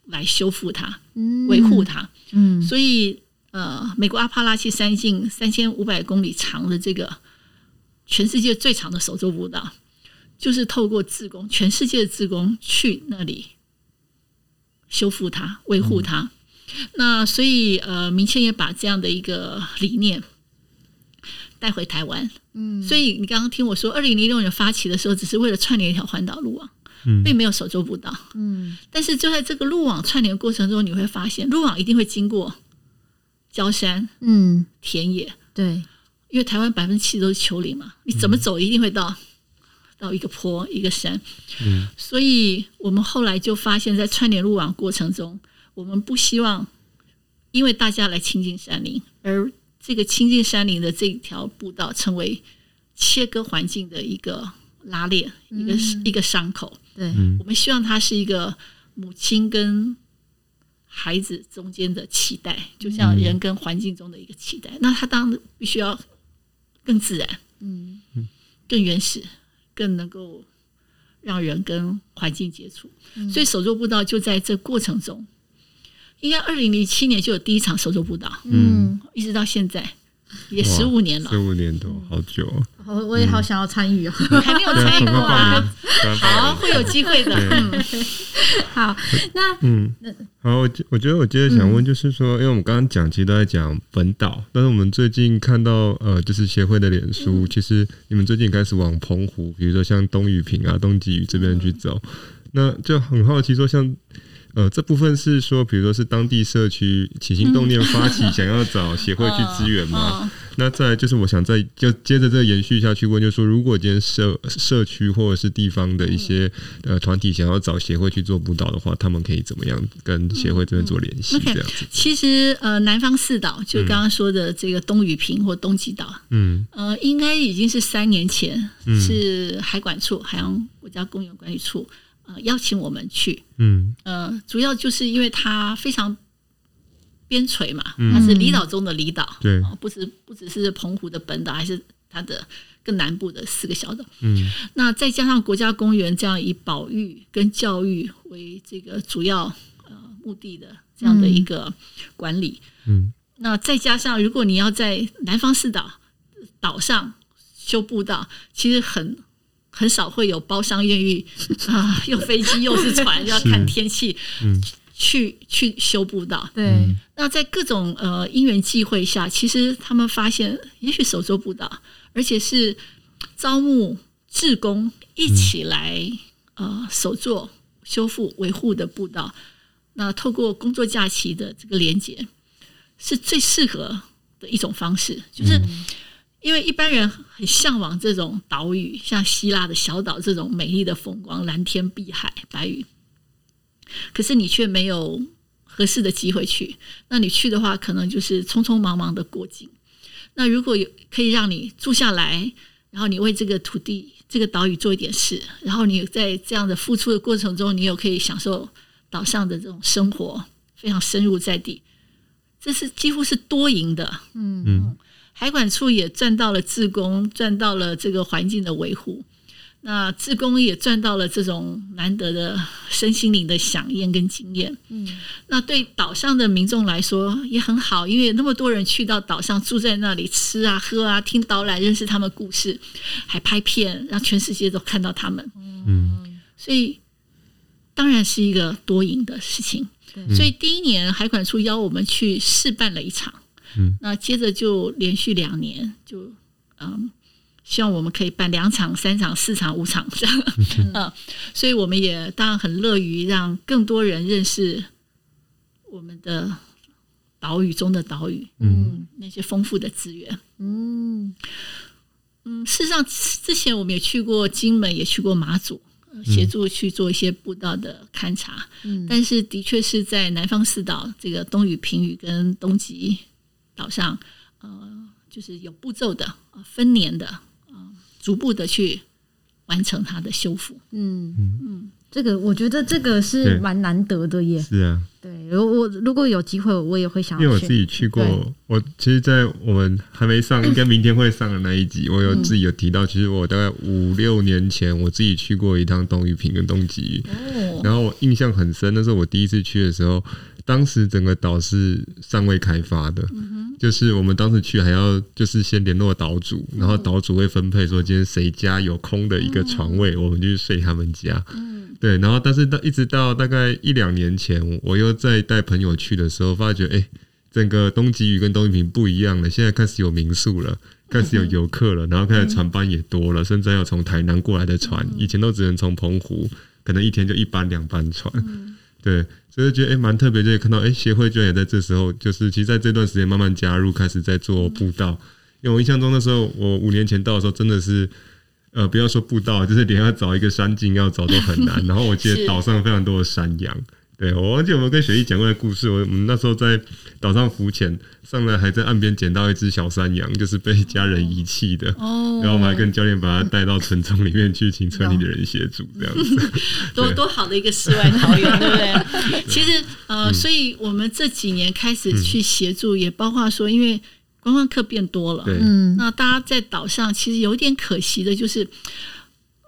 来修复它、
嗯
维护它。
嗯
所以呃，美国阿帕拉契山径三千五百公里长的这个全世界最长的手作步道，就是透过自工，全世界的自工去那里修复它、维护它。那所以呃，明谦也把这样的一个理念。带回台湾，
嗯，
所以你刚刚听我说，二零零六年发起的时候，只是为了串联一条环岛路网，
嗯
并没有手作步道。
嗯
但是就在这个路网串联过程中，你会发现路网一定会经过郊山、
嗯，
田野，
对，
因为台湾百分之七都是丘陵嘛，你怎么走一定会到、到一个坡、一个山。
嗯
所以我们后来就发现，在串联路网过程中，我们不希望因为大家来亲近山林，而这个亲近山林的这条步道成为切割环境的一个拉链、一个一个伤口。
对，
嗯
我们希望它是一个母亲跟孩子中间的期待，
嗯
就像人跟环境中的一个期待。那它当然必须要更自然，
嗯
更原始，更能够让人跟环境接触。
嗯
所以手作步道就在这过程中，应该二零零七年就有第一场手作步道，
嗯，
一直到现在也十五年了
十，五年多，好久哦，
我我也好想要参 与哦。
还没有
对啊，
参与
总
过
共半
啊
年。，总共半
好，
年
会有机会的。
对
嗯
好，那
嗯，好，我觉我觉得我接着想问，就是
嗯
说，因为我们刚刚讲其实都在讲本岛，但是我们最近看到呃，就是协会的脸书，
嗯
其实你们最近也开始往澎湖，比如说像东屿平啊、东极屿这边去走，
嗯
那就很好奇说像，呃这部分是说，比如说是当地社区起心动念发 起，想要找协会去支援吗？
嗯
那再来就是，我想再就接着这个延续下去问，就是说，如果今天社社区或者是地方的一些、呃团体想要找协会去做辅导的话，他们可以怎么样跟协会这边做联系？
嗯嗯，OK
这样子，
其实呃，南方四岛就刚刚说的这个东屿平或东极岛，
嗯
呃，应该已经是三年前、
嗯
是海管处海洋国家公园管理处呃邀请我们去，
嗯
呃，主要就是因为它非常边陲嘛，
嗯
它是离岛中的离岛，
对
哦不只不只是澎湖的本岛，还是它的更南部的四个小岛。
嗯
那再加上国家公园这样以保育跟教育为这个主要呃目的的这样的一个管理，
嗯
那再加上如果你要在南方四岛岛上修步道，其实很很少会有包商愿意啊、用飞机又 是船，要看天气，
嗯
去去修步道。
对，
那在各种呃因缘际会下，其实他们发现，也许手作步道，而且是招募志工一起来、呃手作修复维护的步道。那透过工作假期的这个连接，是最适合的一种方式，就是因为一般人很向往这种岛屿，像希腊的小岛这种美丽的风光，蓝天碧海、白云，可是你却没有合适的机会去。那你去的话，可能就是匆匆忙忙的过境。那如果有可以让你住下来，然后你为这个土地、这个岛屿做一点事，然后你在这样的付出的过程中，你又可以享受岛上的这种生活，非常深入在地，这是几乎是多赢的。
嗯
海管处也赚到了自工，赚到了这个环境的维护。那自工也赚到了这种难得的身心灵的响应跟经验。嗯，那对岛上的民众来说也很好，因为那么多人去到岛上住在那里，吃啊喝啊，听导览，认识他们故事，还拍片，让全世界都看到他们。
嗯
所以当然是一个多赢的事情。所以第一年海管处邀我们去试办了一场，
嗯，
那接着就连续两年就嗯。希望我们可以办两场、三场、四场、五场这样， 嗯，所以我们也当然很乐于让更多人认识我们的岛屿中的岛屿，
嗯
那些丰富的资源。
嗯，
嗯，事实上之之前我们也去过金门，也去过马祖，呃协助去做一些步道的勘察。
嗯
但是的确是在南方四岛这个东屿、平屿跟东极岛上，呃，就是有步骤的、呃分年的、呃逐步的去完成它的修复。
嗯
嗯
嗯，这个我觉得这个是
对
蛮难得的耶。
是啊，
对，如我如果有机会，我也会想
因为
要
我
去。
自己去
对
过，我其实，在我们还没上，应该明天会上的那一集，我有
嗯
自己有提到，其实我大概五六年前我自己去过一趟东屿平跟东极屿，
哦，
然后我印象很深，那是我第一次去的时候，当时整个岛是尚未开发的，
嗯
就是我们当时去还要就是先联络岛主，
嗯
然后岛主会分配说今天谁家有空的一个床位，我们就去睡他们家。
嗯
对，然后但是到一直到大概一两年前，我又再带朋友去的时候，发觉哎、诶整个东极屿跟东夷平不一样了，现在开始有民宿了。开始有游客了，然后开始船班也多了，甚至还有从台南过来的船，以前都只能从澎湖，可能一天就一班两班船， 对，所以就觉得哎蛮、特别，就也看到哎、诶协会居然也在这时候，就是其实在这段时间慢慢加入，开始在做步道。因为我印象中那时候我五年前到的时候真的是。呃，不要说步道，就是连要找一个山径要找都很难。然后我记
是
得岛上非常多的山羊，对我忘记我们跟雪莉讲过的故事。我我们那时候在岛上浮潜，上来还在岸边捡到一只小山羊，就是被家人遗弃的。
哦
然后我们还跟教练把它带到村庄里面去，请村里的人协助这样子。
多
对
多好的一个世外桃源，对不对？其实，呃，所以我们这几年开始去协助，也包括说，因为观光客变多了，
对，
嗯
那大家在岛上其实有一点可惜的，就是，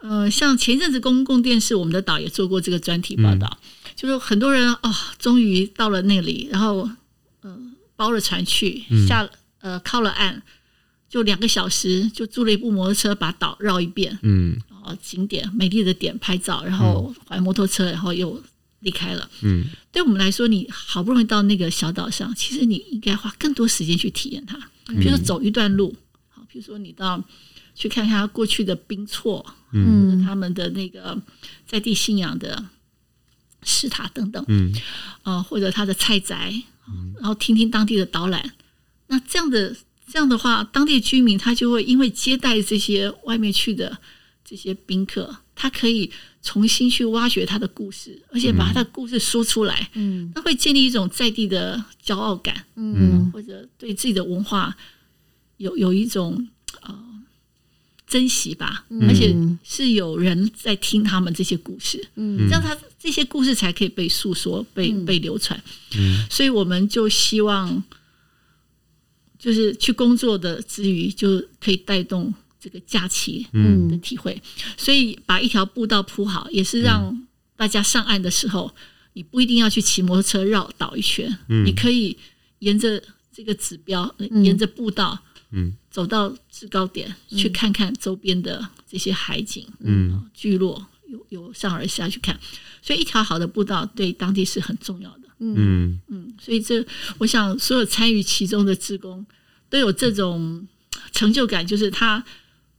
呃，像前一阵子公共电视，我们的岛也做过这个专题报道，就是很多人哦，终于到了那里，然后呃，包了船去，下了呃靠了岸，就两个小时，就租了一部摩托车把岛绕一遍，
嗯
哦，景点美丽的点拍照，然后还摩托车，然后又离开了。
嗯，
对我们来说，你好不容易到那个小岛上，其实你应该花更多时间去体验它。比如说走一段路，好，比如说你到去看看它过去的冰厝，
嗯
他们的那个在地信仰的石塔等等，
嗯
呃，或者他的菜宅，然后听听当地的导览。那这样的这样的话，当地居民他就会因为接待这些外面去的这些宾客，他可以重新去挖掘他的故事，而且把他的故事说出来，
嗯
那会建立一种在地的骄傲感，
嗯
或者对自己的文化有有一种呃珍惜吧，而且是有人在听他们这些故事。
嗯
这样他这些故事才可以被诉说、被被流传。所以我们就希望，就是去工作的之余，就可以带动这个假期
嗯
的体会。所以把一条步道铺好，也是让大家上岸的时候，你不一定要去骑摩托车绕岛一圈，你可以沿着这个指标，呃沿着步道。
嗯
走到制高点去看看周边的这些海景、
嗯
聚落，由由上而下去看。所以一条好的步道对当地是很重要的。
嗯
嗯，所以这我想所有参与其中的职工都有这种成就感，就是他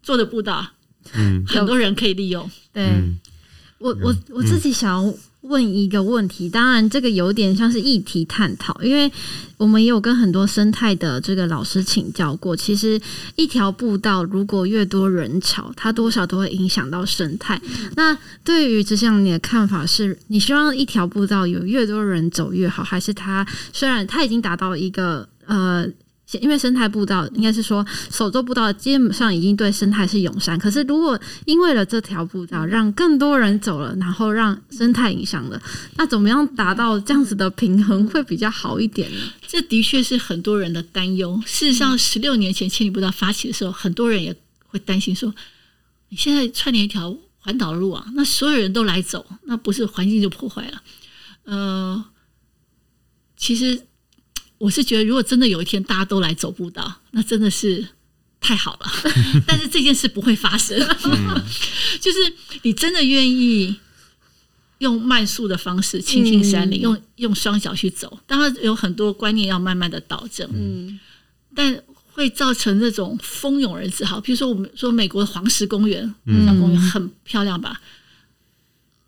做的步道，
嗯
很多人可以利用。
对
嗯
我我我自己想要问一个问题，当然这个有点像是议题探讨，因为我们也有跟很多生态的这个老师请教过。其实一条步道如果越多人潮，它多少都会影响到生态。那对于这项你的看法是，你希望一条步道有越多人走越好，还是它虽然它已经达到一个呃？因为生态步道应该是说手作步道基本上已经对生态是友善，可是如果因为了这条步道，
嗯
让更多人走了，然后让生态影响了，那怎么样达到这样子的平衡会比较好一点呢？
这的确是很多人的担忧。事实上，十六年前千里步道发起的时候，很多人也会担心说：你现在串联一条环岛路啊，那所有人都来走，那不是环境就破坏了？呃，其实我是觉得，如果真的有一天大家都来走步道，那真的是太好了。 但是这件事不会发生， 就是你真的愿意用慢速的方式亲近山林，
嗯
用用双脚去走。当然有很多观念要慢慢的导正，
嗯
但会造成那种蜂拥而至。好，比如说我们说美国的黄石公园，
嗯
公园很漂亮吧？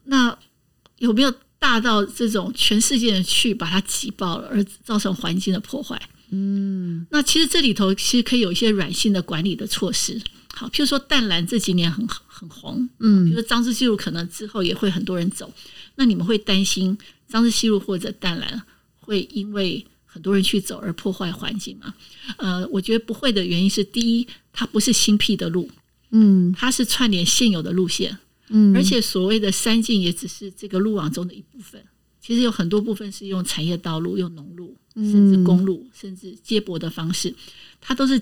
那有没有大到这种全世界人去把它挤爆了，而造成环境的破坏？
嗯
那其实这里头其实可以有一些软性的管理的措施。好，譬如说淡蓝这几年很很红，比
嗯
如说张之西路可能之后也会很多人走，那你们会担心张之西路或者淡蓝会因为很多人去走而破坏环境吗？呃，我觉得不会的原因是，第一，它不是新辟的路，
嗯
它是串联现有的路线，
嗯，
而且所谓的山径也只是这个路网中的一部分。其实有很多部分是用产业道路、用农路，甚至公路，甚至接驳的方式，它都是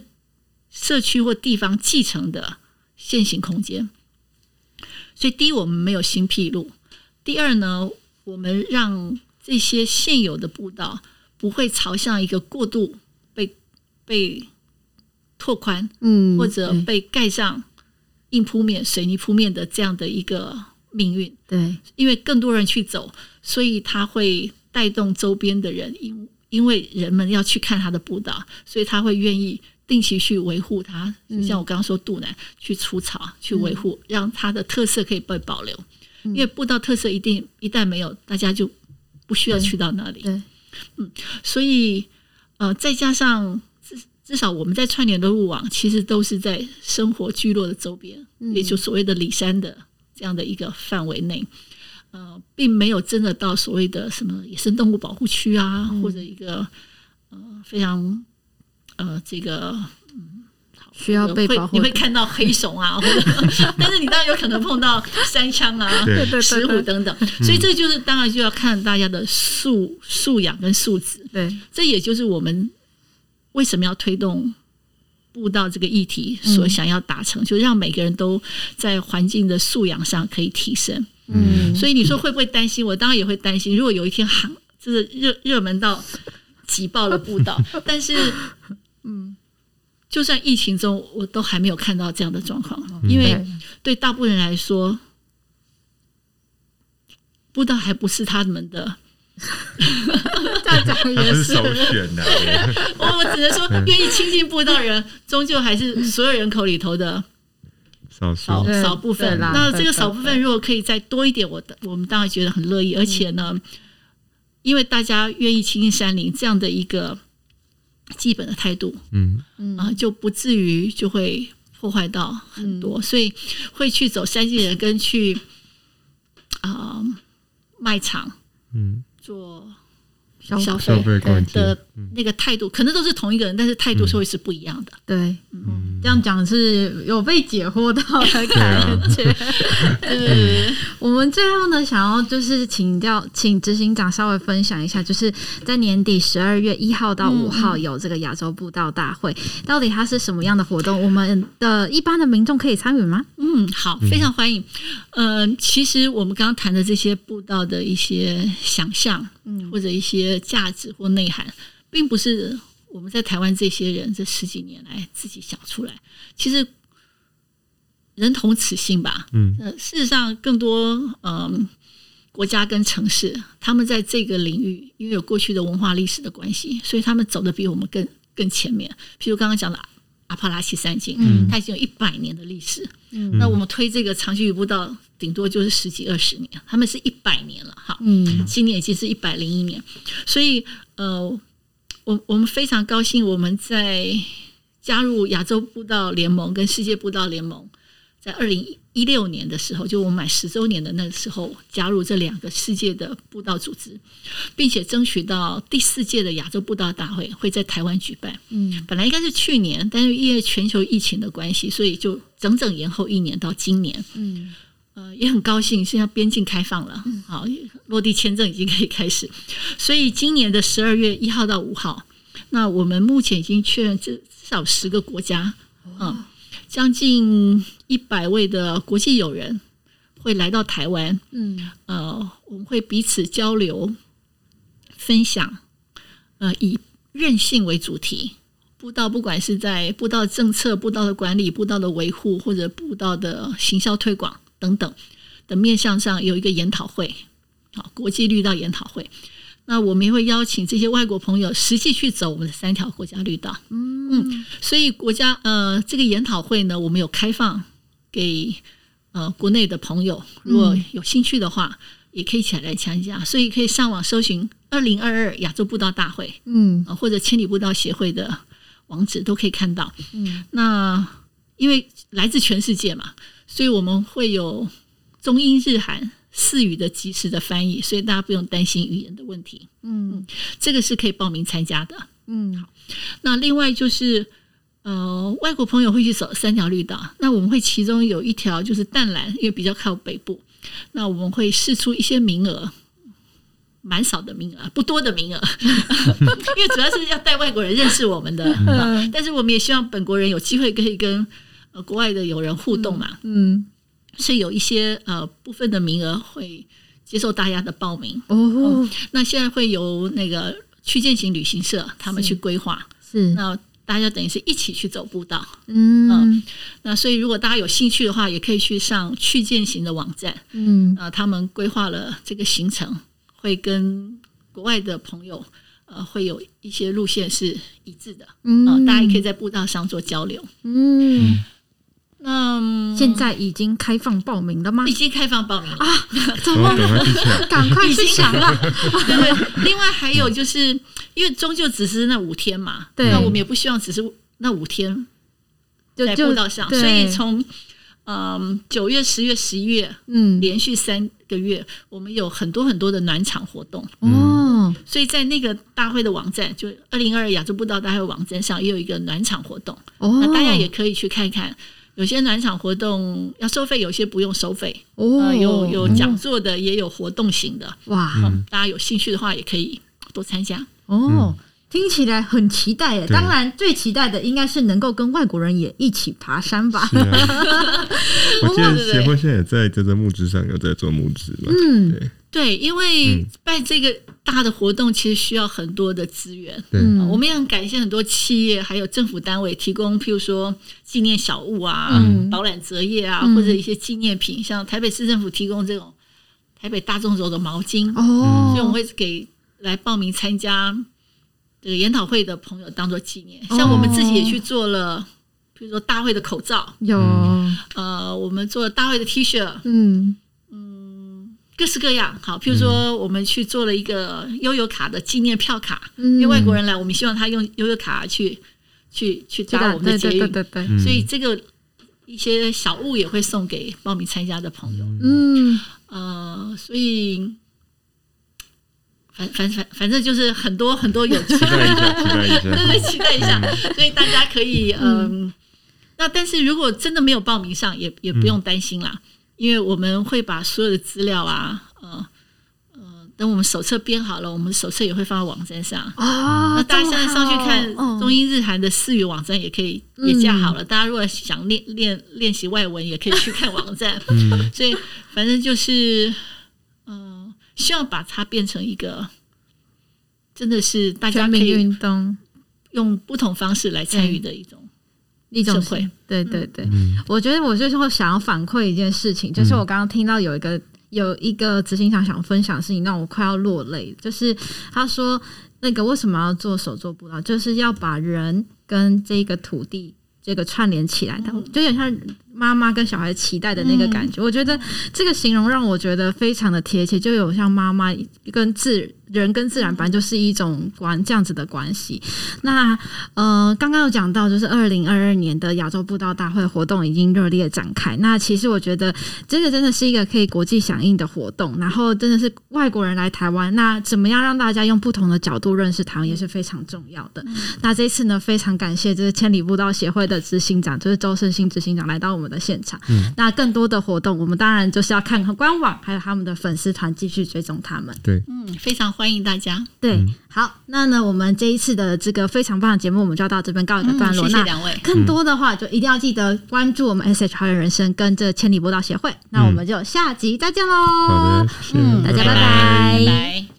社区或地方继承的现行空间。所以，第一，我们没有新辟路；第二呢，我们让这些现有的步道不会朝向一个过度被被拓宽，
嗯
或者被盖上硬铺面、水泥铺面的这样的一个命运。
对
因为更多人去走，所以它会带动周边的人，因因为人们要去看他的步道，所以他会愿意定期去维护它。就像我刚刚说，杜南去除草、去维护，让它的特色可以被保留。因为步道特色一定一旦没有，大家就不需要去到那里。嗯
对
所以呃，再加上至至少我们在串联的路网，其实都是在生活聚落的周边，也就所谓的里山的这样的一个范围内。呃，并没有真的到所谓的什么野生动物保护区啊，
嗯
或者一个呃非常呃这个
需要被
会
保护
你会看到黑熊啊，或者 但是你当然有可能碰到山羌啊，
对
对嗯
石虎等等，所以这就是当然就要看大家的素素养跟素质。
对
这也就是我们为什么要推动步道这个议题
嗯
所想要达成，就让每个人都在环境的素养上可以提升。
嗯
所以你说会不会担心？我当然也会担心。如果有一天行就是热热门到挤爆了步道，但是嗯，就算疫情中，我都还没有看到这样的状况，因为对大部分人来说，步道还不是他们的
大家
它
也
不是
是
首选的，对
我我只能说，愿意亲近步道的人，终究还是所有人口里头的
少
少
数，
对
少部
对
分。
啦
那
对
这个
对
少部分如果可以再多一点，我的我们当然觉得很乐意。而且呢，
嗯
因为大家愿意亲近山林这样的一个基本的态度
嗯
啊、就不至于就会破坏到很
嗯
多，所以会去走山地人跟去啊、卖场
嗯，
做
消
消
消费
费
关系，
的那个态度，可能都是同一个人，但是态度是会是不一样的。
对，
嗯
这样讲是有被解惑到的感 觉。
嗯
我们最后呢，想要就是请教，请执行长稍微分享一下，就是在年底十二月一号到五
嗯
号有这个亚洲步道大会，到底它是什么样的活动？我们的一般的民众可以参与吗？
嗯，好，非常欢迎。嗯、其实我们刚刚谈的这些步道的一些想象，嗯，或者一些价值或内涵，并不是我们在台湾这些人这十几年来自己想出来，其实人同此心吧。
嗯
呃，事实上，更多嗯、国家跟城市，他们在这个领域，因为有过去的文化历史的关系，所以他们走的比我们更更前面。譬如刚刚讲的阿阿帕拉契山径，
嗯
它已经有一百年的历史。
嗯
那我们推这个长期渔步道，顶多就是十几二十年，他们是一百年了哈。
嗯
今年已经是一百零一年，所以呃，我我们非常高兴，我们在加入亚洲步道联盟跟世界步道联盟，在二零一六年的时候，就我们满十周年的那个时候，加入这两个世界的步道组织，并且争取到第四届的亚洲步道大会会在台湾举办。
嗯
本来应该是去年，但是因为全球疫情的关系，所以就整整延后一年到今年。
嗯
呃，也很高兴，现在边境开放了，好，落地签证已经可以开始，所以今年的十二月一号到五号，那我们目前已经确认至至少十个国家，嗯，将近一百位的国际友人会来到台湾，
嗯
呃，我们会彼此交流、分享，呃，以韧性为主题。步道不管是在步道政策、步道的管理、步道的维护，或者步道的行销推广等等的面向上，有一个研讨会，好，国际绿道研讨会。那我们也会邀请这些外国朋友实际去走我们的三条国家绿道。
嗯
所以国家呃这个研讨会呢，我们有开放给呃国内的朋友，如果有兴趣的话，也可以一起来参加。所以可以上网搜寻“二零二二亚洲步道大会
嗯”
呃、或者“千里步道协会”的网址都可以看到。
嗯
那因为来自全世界嘛，所以我们会有中英日韩四语的及时的翻译，所以大家不用担心语言的问题。
嗯
这个是可以报名参加的。
嗯
那另外就是，呃，外国朋友会去走三条绿道，那我们会其中有一条就是淡蓝，因为比较靠北部，那我们会试出一些名额。蛮少的名额，不多的名额， 因为主要是要带外国人认识我们的，
嗯
但是我们也希望本国人有机会可以跟呃国外的友人互动嘛，
嗯
所以有一些呃部分的名额会接受大家的报名。
哦
那现在会由那个区间型旅行社他们去规划，
是
那大家等于是一起去走步道。
嗯
那所以如果大家有兴趣的话，也可以去上去践行的网站，
嗯
呃，他们规划了这个行程，会跟国外的朋友。呃，会有一些路线是一致的，呃，
嗯
大家也可以在步道上做交流。
嗯，
那、嗯
现在啊已经开放报名了吗
已？经开放报名了，
怎
然
么
后赶快去抢。
赶快去想了？
对对。另外还有就是，因为终究只是那五天嘛，
对
那我们也不希望只是那五天
就
在
就
步道上，
对
所以从嗯九月、十月、十一月，
嗯
连续三个月，我们有很多很多的暖场活动，
哦
所以在那个大会的网站，就二零二亚洲步道大会网站上也有一个暖场活动，
哦，
那大家也可以去看一看。有些暖场活动要收费，有些不用收费。
哦
呃，有有讲座的，也有活动型的。
哇
嗯，大家有兴趣的话，也可以多参加。
哦。听起来很期待耶！
嗯对
当然，最期待的应该是能够跟外国人也一起爬山吧。
是啊，我记得协会现在也在这个募资上有在做募资嘛。
嗯
对
对，因为
嗯
办这个大的活动，其实需要很多的资源。
对，
嗯
啊我们也很感谢很多企业还有政府单位提供，譬如说纪念小物啊、
嗯
导览折页啊，
嗯
或者一些纪念品，像台北市政府提供这种台北大众轴的毛巾，
哦，
所以我们会给来报名参加这个研讨会的朋友当做纪念。
哦
像我们自己也去做了，譬如说大会的口罩，
有
嗯
呃，我们做了大会的 T 恤，
嗯
各式各样。好，譬如说我们去做了一个悠游卡的纪念票卡，因
嗯
为外国人来，我们希望他用悠悠卡去去去搭我们的
对
捷
对对
运，
对对，
嗯
所以这个一些小物也会送给报名参加的朋友。
嗯
呃，所以反反反反正就是很多很多 有趣
期待一下，期待一
对
下。
对，期待一下。
嗯
所以大家可以嗯、那但是如果真的没有报名上，也也不用担心啦，
嗯
因为我们会把所有的资料啊，呃呃，等我们手册编好了，我们手册也会放在网站上。
啊，
那大家现在上去看
这么好哦
中英日韩的四语网站也可以
嗯
也架好了，大家如果想练练练习外文，也可以去看网 站。
嗯，
所以反正就是，嗯、希望把它变成一个真的是大家
全
可
民
以
运动，
用不同方式来参与的一种。
一种
社会
是对对对，我觉得我就是会想要反馈一件事情，就是我刚刚听到有一个有一个执行长想分享的事情，让我快要落泪。就是他说那个为什么要做手作步道，就是要把人跟这个土地这个串联起来，它
嗯
就有点像妈妈跟小孩期待的那个感觉。我觉得这个形容让我觉得非常的贴切，就有像妈妈跟自人跟自然本来就是一种关这样子的关系。那呃，刚刚有讲到，就是二零二二年的亚洲步道大会活动已经热烈展开。那其实我觉得这个真的是一个可以国际响应的活动，然后真的是外国人来台湾，那怎么样让大家用不同的角度认识台湾也是非常重要
嗯
的。那这次呢，非常感谢就是千里步道协会的执行长，就是周胜兴执行长来到我们的现场。那更多的活动，我们当然就是要看看官网，还有他们的粉丝团，继续追踪他们。
对，
嗯，非常欢迎大家。
对，好，那呢，我们这一次的这个非常棒的节目，我们就要到这边告一个段
嗯，
落。
谢谢
那
两位，
更多的话，就一定要记得关注我们 SH 好人人生跟这千里波道协会。那我们就下集再见喽！
嗯好的，谢谢
嗯
大家拜
拜
拜
拜。